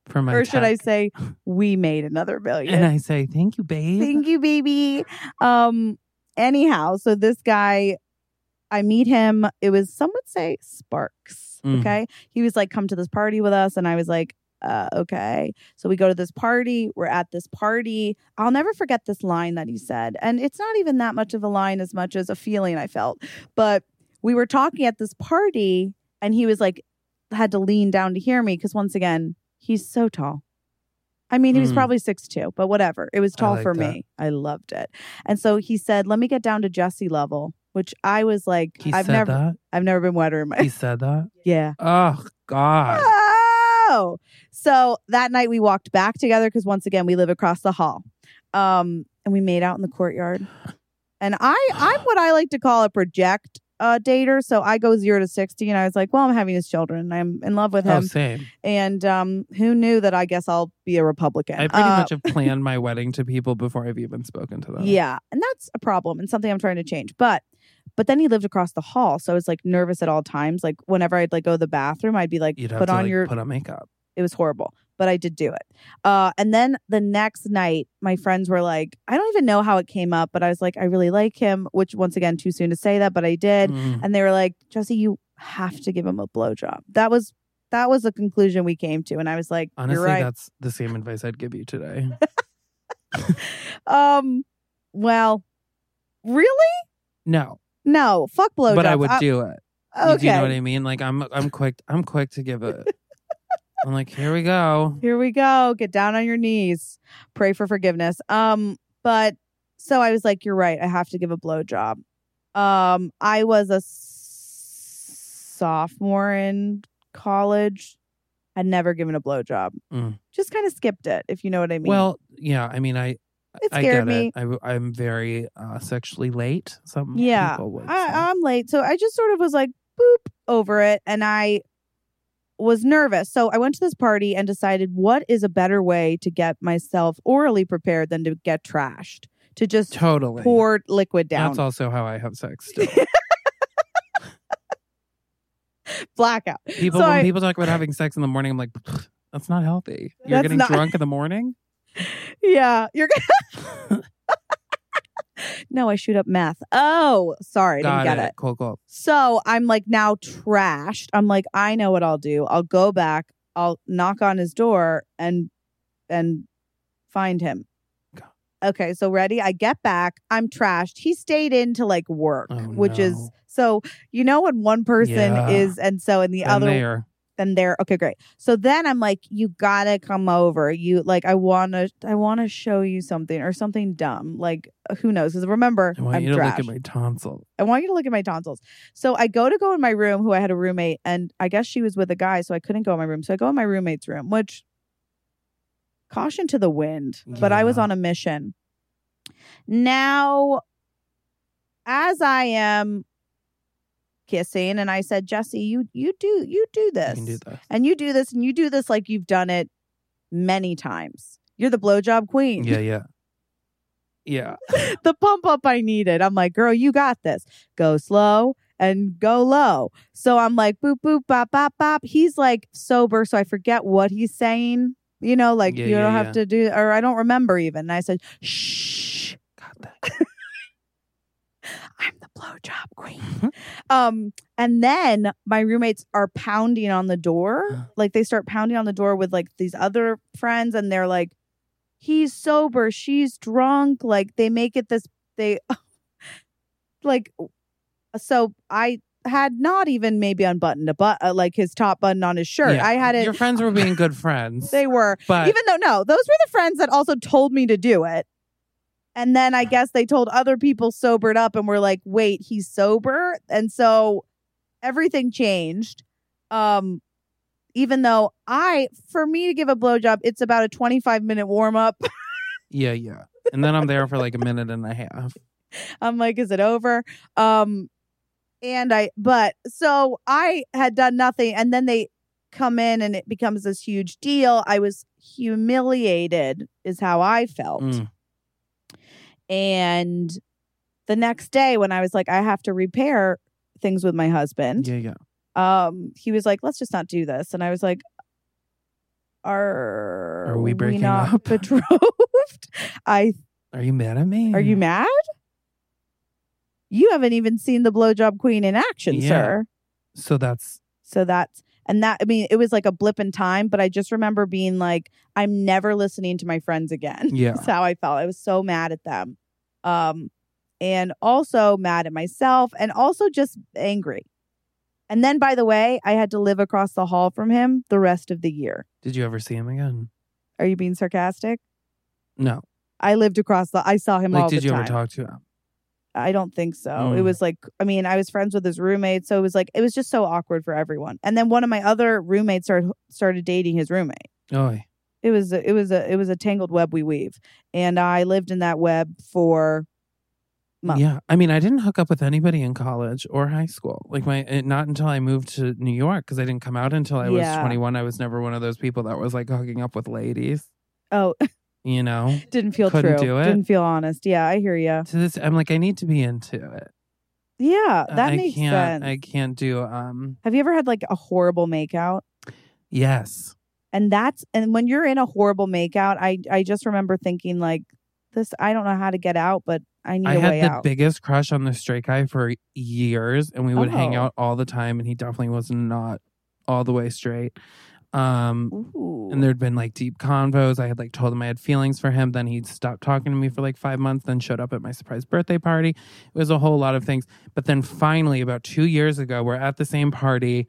Speaker 3: for my
Speaker 2: Or should I
Speaker 3: tech."
Speaker 2: say, we made another
Speaker 3: And
Speaker 2: million?
Speaker 3: I say, thank you, babe.
Speaker 2: Thank you, baby. Um, anyhow, so this guy, I meet him. It was some would say sparks.
Speaker 3: Mm.
Speaker 2: Okay, he was like, "Come to this party with us," and I was like, uh, "Okay." So we go to this party. We're at this party. I'll never forget this line that he said, and it's not even that much of a line as much as a feeling I felt. But we were talking at this party, and he was like, had to lean down to hear me because once again, he's so tall. I mean, he was
Speaker 3: Mm.
Speaker 2: probably six two, but whatever. It was
Speaker 3: I
Speaker 2: tall
Speaker 3: like
Speaker 2: for
Speaker 3: that.
Speaker 2: me. I loved it. And so he said, "Let me get down to Jesse level," which I was like,
Speaker 3: He
Speaker 2: "I've
Speaker 3: said
Speaker 2: never,
Speaker 3: that.
Speaker 2: I've never been wetter in my
Speaker 3: He said that.
Speaker 2: yeah."
Speaker 3: Oh, God.
Speaker 2: Oh, so that night we walked back together because once again we live across the hall, um, and we made out in the courtyard. And I, I'm what I like to call a project uh, dater. So I go zero to sixty, and I was like, "Well, I'm having his children. I'm in love with
Speaker 3: Oh,
Speaker 2: him."
Speaker 3: same.
Speaker 2: and um, who knew that? I guess I'll be a Republican.
Speaker 3: I pretty
Speaker 2: Uh,
Speaker 3: much have planned my wedding to people before I've even spoken to them.
Speaker 2: Yeah, and that's a problem and something I'm trying to change. But but then he lived across the hall, so I was like nervous at all times. Like whenever I'd like go to the bathroom, I'd be like
Speaker 3: You'd have
Speaker 2: put
Speaker 3: to
Speaker 2: on
Speaker 3: like,
Speaker 2: your
Speaker 3: put on makeup.
Speaker 2: it was horrible, but I did do it. Uh and then the next night, my friends were like, I don't even know how it came up, but I was like I really like him, which once again too soon to say that, but I did.
Speaker 3: Mm.
Speaker 2: And they were like, "Jesse, you have to give him a blowjob." That was that was the conclusion we came to and I was like,
Speaker 3: Honestly,
Speaker 2: "You're right."
Speaker 3: that's the same advice I'd give you today.
Speaker 2: um well, really?
Speaker 3: No,
Speaker 2: No, fuck blowjobs.
Speaker 3: but I would do it.
Speaker 2: Uh, Okay.
Speaker 3: You, do you know what I mean? Like I'm, I'm quick, I'm quick to give it. I'm like, here we go.
Speaker 2: Here we go. Get down on your knees. Pray for forgiveness. Um, but so I was like, you're right. I have to give a blowjob. Um, I was a s- sophomore in college. I'd never given a blowjob.
Speaker 3: Mm.
Speaker 2: Just kind of skipped it, if you know what I mean.
Speaker 3: Well, yeah. I mean, I,
Speaker 2: it
Speaker 3: I
Speaker 2: scared
Speaker 3: get
Speaker 2: me.
Speaker 3: it. I, w- I'm very uh, sexually late. Some
Speaker 2: Yeah.
Speaker 3: people would. say.
Speaker 2: I, I'm late. So I just sort of was like, boop, over it. And I was nervous. So I went to this party and decided what is a better way to get myself orally prepared than to get trashed, to just
Speaker 3: totally.
Speaker 2: pour liquid down.
Speaker 3: That's also how I have sex. Still.
Speaker 2: Blackout.
Speaker 3: People,
Speaker 2: So
Speaker 3: when
Speaker 2: I-
Speaker 3: people talk about having sex in the morning, I'm like, that's not healthy. You're
Speaker 2: That's
Speaker 3: getting
Speaker 2: not-
Speaker 3: drunk in the morning.
Speaker 2: Yeah. You're No, I shoot up meth. Oh, sorry. I
Speaker 3: Got
Speaker 2: didn't get
Speaker 3: it.
Speaker 2: it.
Speaker 3: Cool, cool.
Speaker 2: So I'm like now trashed. I'm like, I know what I'll do. I'll go back, I'll knock on his door and and find him.
Speaker 3: Go.
Speaker 2: Okay, so ready? I get back. I'm trashed. He stayed in to like work,
Speaker 3: Oh,
Speaker 2: which is
Speaker 3: no.
Speaker 2: so you know when one person
Speaker 3: Yeah.
Speaker 2: is and so and the
Speaker 3: Been
Speaker 2: other
Speaker 3: there.
Speaker 2: then they're okay, great. So then I'm like, you gotta come over. You like I wanna I wanna show you something or something dumb. Like who knows? Because remember,
Speaker 3: I want
Speaker 2: I'm
Speaker 3: you to
Speaker 2: trashed.
Speaker 3: look at my tonsil.
Speaker 2: I want you to look at my tonsils. So I go to go in my room, who I had a roommate, and I guess she was with a guy, so I couldn't go in my room. So I go in my roommate's room, which caution to the wind, but I was
Speaker 3: Yeah.
Speaker 2: on a mission. Now, as I am kissing, and I said, Jesse, you you do you do
Speaker 3: You
Speaker 2: this,
Speaker 3: can do this.
Speaker 2: and you do this, and you do this like you've done it many times. You're the blowjob queen.
Speaker 3: Yeah, yeah. Yeah.
Speaker 2: the pump up I needed. I'm like, girl, you got this. Go slow and go low. So I'm like, boop, boop, bop, bop, bop. He's like sober. So I forget what he's saying. You know, like
Speaker 3: Yeah,
Speaker 2: you
Speaker 3: yeah,
Speaker 2: don't have
Speaker 3: yeah.
Speaker 2: to do, or I don't remember even. And I said, shh,
Speaker 3: Got that.
Speaker 2: I'm the blowjob queen.
Speaker 3: Mm-hmm.
Speaker 2: Um, and then my roommates are pounding on the
Speaker 3: Huh.
Speaker 2: door. Like they start pounding on the door with like these other friends, and they're like, "He's sober, she's drunk." Like they make it this they, like, so I had not even maybe unbuttoned a but uh, like his top button on his shirt.
Speaker 3: Yeah.
Speaker 2: I had
Speaker 3: Your
Speaker 2: it.
Speaker 3: friends were being good friends.
Speaker 2: They were
Speaker 3: but
Speaker 2: even though no, those were the friends that also told me to do it. And then I guess they told other people sobered up and were like, "Wait, he's sober." And so everything changed. Um even though I for me to give a blowjob, it's about a 25 minute warm up.
Speaker 3: yeah, yeah. And then I'm there for like a minute and a half.
Speaker 2: I'm like, is it over? Um, and I, but so I had done nothing, and then they come in, and it becomes this huge deal. I was humiliated, is how I felt.
Speaker 3: Mm.
Speaker 2: And the next day, when I was like, I have to repair things with my husband,
Speaker 3: Yeah, yeah.
Speaker 2: um, he was like, let's just not do this, and I was like. Are,
Speaker 3: Are we breaking
Speaker 2: not
Speaker 3: up?"
Speaker 2: betrothed? I
Speaker 3: Are you mad at me?
Speaker 2: are you mad? You haven't even seen the blowjob queen in action,
Speaker 3: Yeah.
Speaker 2: sir.
Speaker 3: So that's
Speaker 2: So that's and that I mean it was like a blip in time, but I just remember being like, I'm never listening to my friends again.
Speaker 3: Yeah.
Speaker 2: That's how I felt. I was so mad at them. Um and also mad at myself and also just angry. And then by the way, I had to live across the hall from him the rest of the year.
Speaker 3: Did you ever see him again?
Speaker 2: Are you being sarcastic?
Speaker 3: No.
Speaker 2: I lived across the I saw him all
Speaker 3: Like,
Speaker 2: the
Speaker 3: did you
Speaker 2: time.
Speaker 3: ever talk to him?
Speaker 2: I don't think so. It
Speaker 3: Mm.
Speaker 2: was like, I mean, I was friends with his roommate, so it was like, it was just so awkward for everyone. And then one of my other roommates started started dating his roommate.
Speaker 3: Oh,
Speaker 2: It was a, it was a it was a tangled web we weave, and I lived in that web for months.
Speaker 3: yeah. I mean, I didn't hook up with anybody in college or high school. Like my, eh, not until I moved to New York because I didn't come out until I was
Speaker 2: Yeah.
Speaker 3: 21. I was never one of those people that was like hooking up with ladies.
Speaker 2: Oh,
Speaker 3: You know,
Speaker 2: didn't feel
Speaker 3: Couldn't
Speaker 2: true.
Speaker 3: do it.
Speaker 2: Didn't feel honest. Yeah, I hear you.
Speaker 3: to this, I'm like, I need to be into it.
Speaker 2: Yeah,
Speaker 3: Uh, I-
Speaker 2: that
Speaker 3: I
Speaker 2: makes
Speaker 3: can't,
Speaker 2: sense.
Speaker 3: I can't do. Um,
Speaker 2: Have you ever had like a horrible makeout?
Speaker 3: yes,
Speaker 2: and that's and when you're in a horrible makeout i i just remember thinking like this i don't know how to get out but i need
Speaker 3: I
Speaker 2: a way
Speaker 3: had the
Speaker 2: out
Speaker 3: biggest crush on this straight guy for years, and we would hang
Speaker 2: Oh.
Speaker 3: out all the time. And he definitely was not all the way straight. Um,
Speaker 2: Ooh.
Speaker 3: And there'd been like deep convos. I had like told him I had feelings for him. Then he'd stopped talking to me for like five months, then showed up at my surprise birthday party. It was a whole lot of things. But then finally, about two years ago, we're at the same party.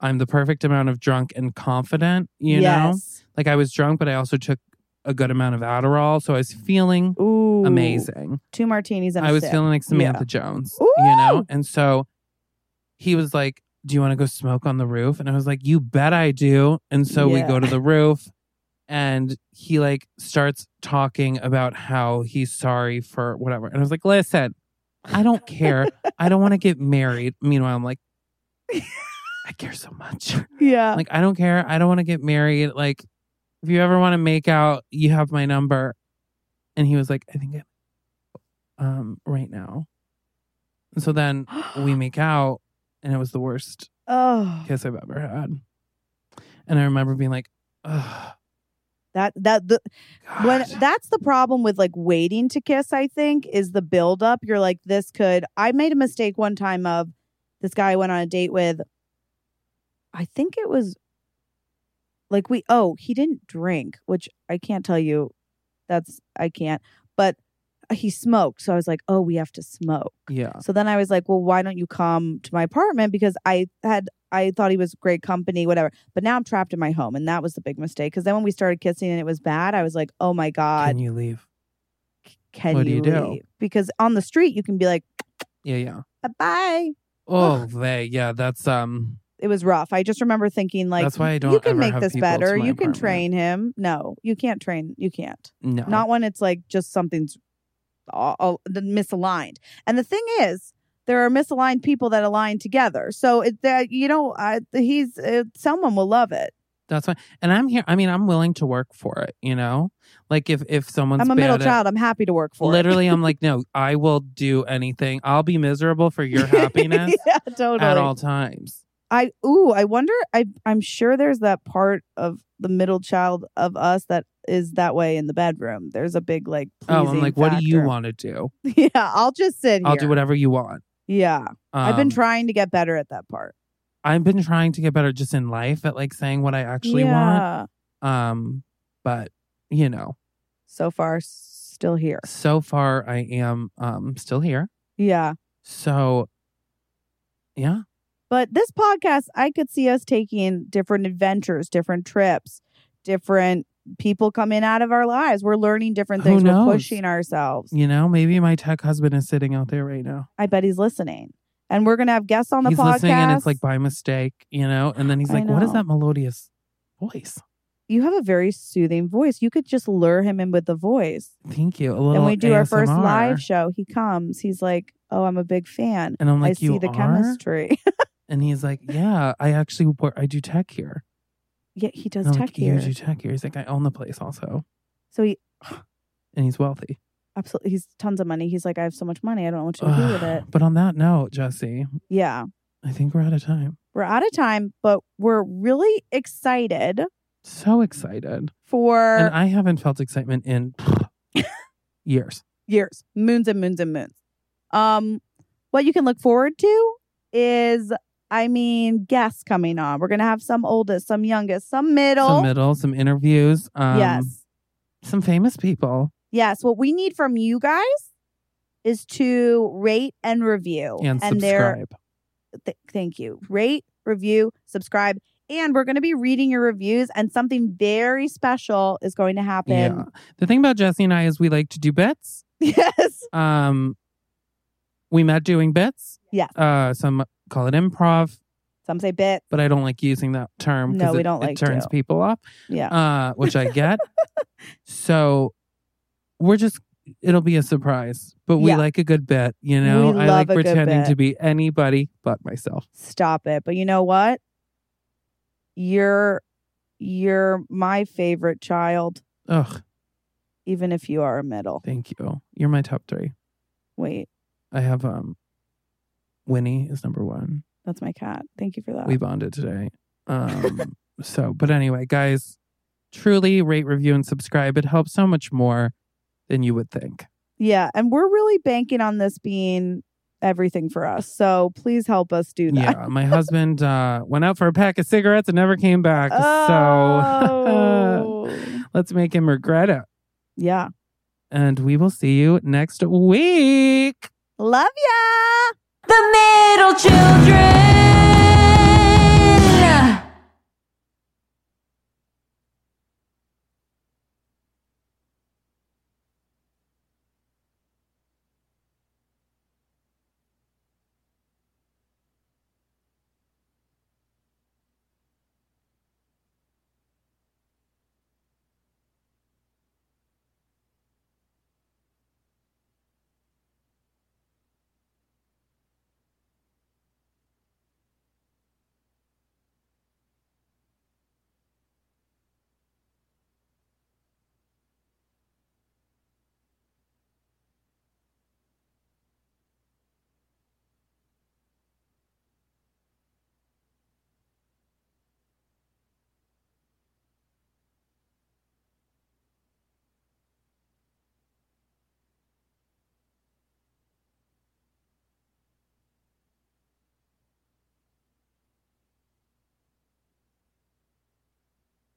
Speaker 3: I'm the perfect amount of drunk and confident, you know?
Speaker 2: yes.
Speaker 3: Like I was drunk, but I also took a good amount of Adderall. So I was feeling
Speaker 2: know Ooh.
Speaker 3: amazing.
Speaker 2: two martinis and a
Speaker 3: I was
Speaker 2: sip.
Speaker 3: feeling like Samantha
Speaker 2: Yeah.
Speaker 3: Jones,
Speaker 2: Ooh.
Speaker 3: you know? And so he was like, Do you want to go smoke on the roof? And I was like, You bet I do. And so we
Speaker 2: Yeah.
Speaker 3: go to the roof and he like starts talking about how he's sorry for whatever. And I was like, Listen, I don't care. I don't want to get married. Meanwhile, I'm like, I care so much.
Speaker 2: yeah
Speaker 3: Like, I don't care. I don't want to get married. Like, if you ever want to make out, you have my number. And he was like, I think I um right now. And so then we make out, and it was the worst
Speaker 2: oh
Speaker 3: kiss I've ever had. And I remember being like, oh,
Speaker 2: that that the
Speaker 3: God.
Speaker 2: when that's the problem with like waiting to kiss i think is the build up you're like this could i made a mistake one time of this guy i went on a date with i think it was like we oh he didn't drink which i can't tell you that's i can't but he smoked so i was like oh we have to smoke
Speaker 3: yeah.
Speaker 2: so then I was like, well, why don't you come to my apartment? Because I had, I thought he was great company, whatever. But now I'm trapped in my home. And that was the big mistake. Because then when we started kissing and it was bad, I was like, oh my God,
Speaker 3: Can you leave?
Speaker 2: can,
Speaker 3: what do
Speaker 2: you,
Speaker 3: you do?
Speaker 2: leave? Because on the street, you can be like,
Speaker 3: Yeah, yeah.
Speaker 2: bye bye.
Speaker 3: Oh, they. Yeah, that's um.
Speaker 2: It was rough. I just remember thinking, like,
Speaker 3: That's why I
Speaker 2: you
Speaker 3: don't
Speaker 2: can
Speaker 3: ever
Speaker 2: make
Speaker 3: have
Speaker 2: this
Speaker 3: people to
Speaker 2: better.
Speaker 3: my
Speaker 2: You can
Speaker 3: apartment.
Speaker 2: train him. No, you can't train. You can't.
Speaker 3: No.
Speaker 2: Not when it's like just something's all, all, misaligned. And the thing is, there are misaligned people that align together. So it, that you know, I, he's uh someone will love it.
Speaker 3: That's fine. And I'm here. I mean, I'm willing to work for it. You know, like if if someone's
Speaker 2: I'm a
Speaker 3: bad
Speaker 2: middle
Speaker 3: at-
Speaker 2: child. I'm happy to work for. it.
Speaker 3: literally, I'm like, no, I will do anything. I'll be miserable for your happiness
Speaker 2: yeah, totally.
Speaker 3: at all times.
Speaker 2: I ooh, I wonder. I I'm sure there's that part of the middle child of us that is that way in the bedroom. There's a big like.
Speaker 3: Oh, I'm
Speaker 2: pleasing
Speaker 3: like, what do you
Speaker 2: factor.
Speaker 3: want to do?
Speaker 2: Yeah, I'll just sit.
Speaker 3: I'll
Speaker 2: here.
Speaker 3: do whatever you want.
Speaker 2: Yeah, I've been
Speaker 3: Um,
Speaker 2: trying to get better at that part.
Speaker 3: I've been trying to get better just in life at like saying what I actually want.
Speaker 2: yeah.
Speaker 3: Um, but you know,
Speaker 2: So far, s- still here.
Speaker 3: so far I am um still here.
Speaker 2: Yeah,
Speaker 3: So yeah.
Speaker 2: but this podcast, I could see us taking different adventures, different trips, different people come in out of our lives. We're learning different
Speaker 3: Who
Speaker 2: things. We're
Speaker 3: knows?
Speaker 2: pushing ourselves.
Speaker 3: You know, maybe my tech husband is sitting out there right now.
Speaker 2: I bet he's listening, and we're gonna have guests on the
Speaker 3: he's
Speaker 2: podcast.
Speaker 3: listening and it's like by mistake, you know, and then he's
Speaker 2: I
Speaker 3: like, What is
Speaker 2: know.
Speaker 3: that melodious voice?
Speaker 2: you have a very soothing voice. You could just lure him in with the voice.
Speaker 3: Thank you. A little
Speaker 2: And we do our first
Speaker 3: ASMR.
Speaker 2: live show. He comes. He's like, "Oh, I'm a big fan.
Speaker 3: And I'm like,
Speaker 2: I see
Speaker 3: You
Speaker 2: the
Speaker 3: are?
Speaker 2: chemistry."
Speaker 3: And he's like, Yeah, I actually work I do tech here.
Speaker 2: yeah, he does
Speaker 3: And I'm
Speaker 2: tech
Speaker 3: like,
Speaker 2: here.
Speaker 3: You do tech here. He's like, I own the place also.
Speaker 2: So he
Speaker 3: And he's wealthy.
Speaker 2: absolutely he's tons of money. He's like, "I have so much money. I don't know what to do with it."
Speaker 3: But on that note, Jesse,
Speaker 2: Yeah,
Speaker 3: I think we're out of time.
Speaker 2: we're out of time, but we're really excited
Speaker 3: So excited.
Speaker 2: for
Speaker 3: and I haven't felt excitement in years.
Speaker 2: years, moons and moons and moons. Um, what you can look forward to is, I mean, guests coming on. We're gonna have some oldest, some youngest, some middle.
Speaker 3: Some middle, some interviews, um,
Speaker 2: yes,
Speaker 3: some famous people,
Speaker 2: yes. What we need from you guys is to rate and review
Speaker 3: and,
Speaker 2: there,
Speaker 3: subscribe.
Speaker 2: th- thank you. Rate, review, subscribe. And we're going to be reading your reviews, and something very special is going to
Speaker 3: Yeah.
Speaker 2: happen.
Speaker 3: The thing about Jesse and I is we like to do bits.
Speaker 2: Yes.
Speaker 3: Um, we met doing bits.
Speaker 2: Yes.
Speaker 3: Uh, some call it improv,
Speaker 2: Some say bit.
Speaker 3: but I don't like using that term. 'cause
Speaker 2: No, we
Speaker 3: it-
Speaker 2: don't like
Speaker 3: It turns
Speaker 2: to.
Speaker 3: people off,
Speaker 2: Yeah.
Speaker 3: uh, which I get. so we're just. It'll be a surprise, but we
Speaker 2: Yeah.
Speaker 3: like a good bit. You know,
Speaker 2: We
Speaker 3: I
Speaker 2: love
Speaker 3: like
Speaker 2: a good
Speaker 3: pretending
Speaker 2: bit.
Speaker 3: to be anybody but myself.
Speaker 2: stop it but you know what you're you're my favorite child
Speaker 3: Ugh,
Speaker 2: even if you are a middle
Speaker 3: thank you. You're my top three.
Speaker 2: wait
Speaker 3: I have um Winnie is number one.
Speaker 2: that's my cat thank you for that
Speaker 3: We bonded today. Um so but anyway, guys, truly rate, review, and subscribe. It helps so much more than you would think.
Speaker 2: yeah and we're really banking on this being everything for us so please help us do that
Speaker 3: Yeah. My husband uh went out for a pack of cigarettes and never came back. So
Speaker 2: Oh.
Speaker 3: let's make him regret it.
Speaker 2: yeah
Speaker 3: And we will see you next week.
Speaker 2: love ya
Speaker 1: The middle children.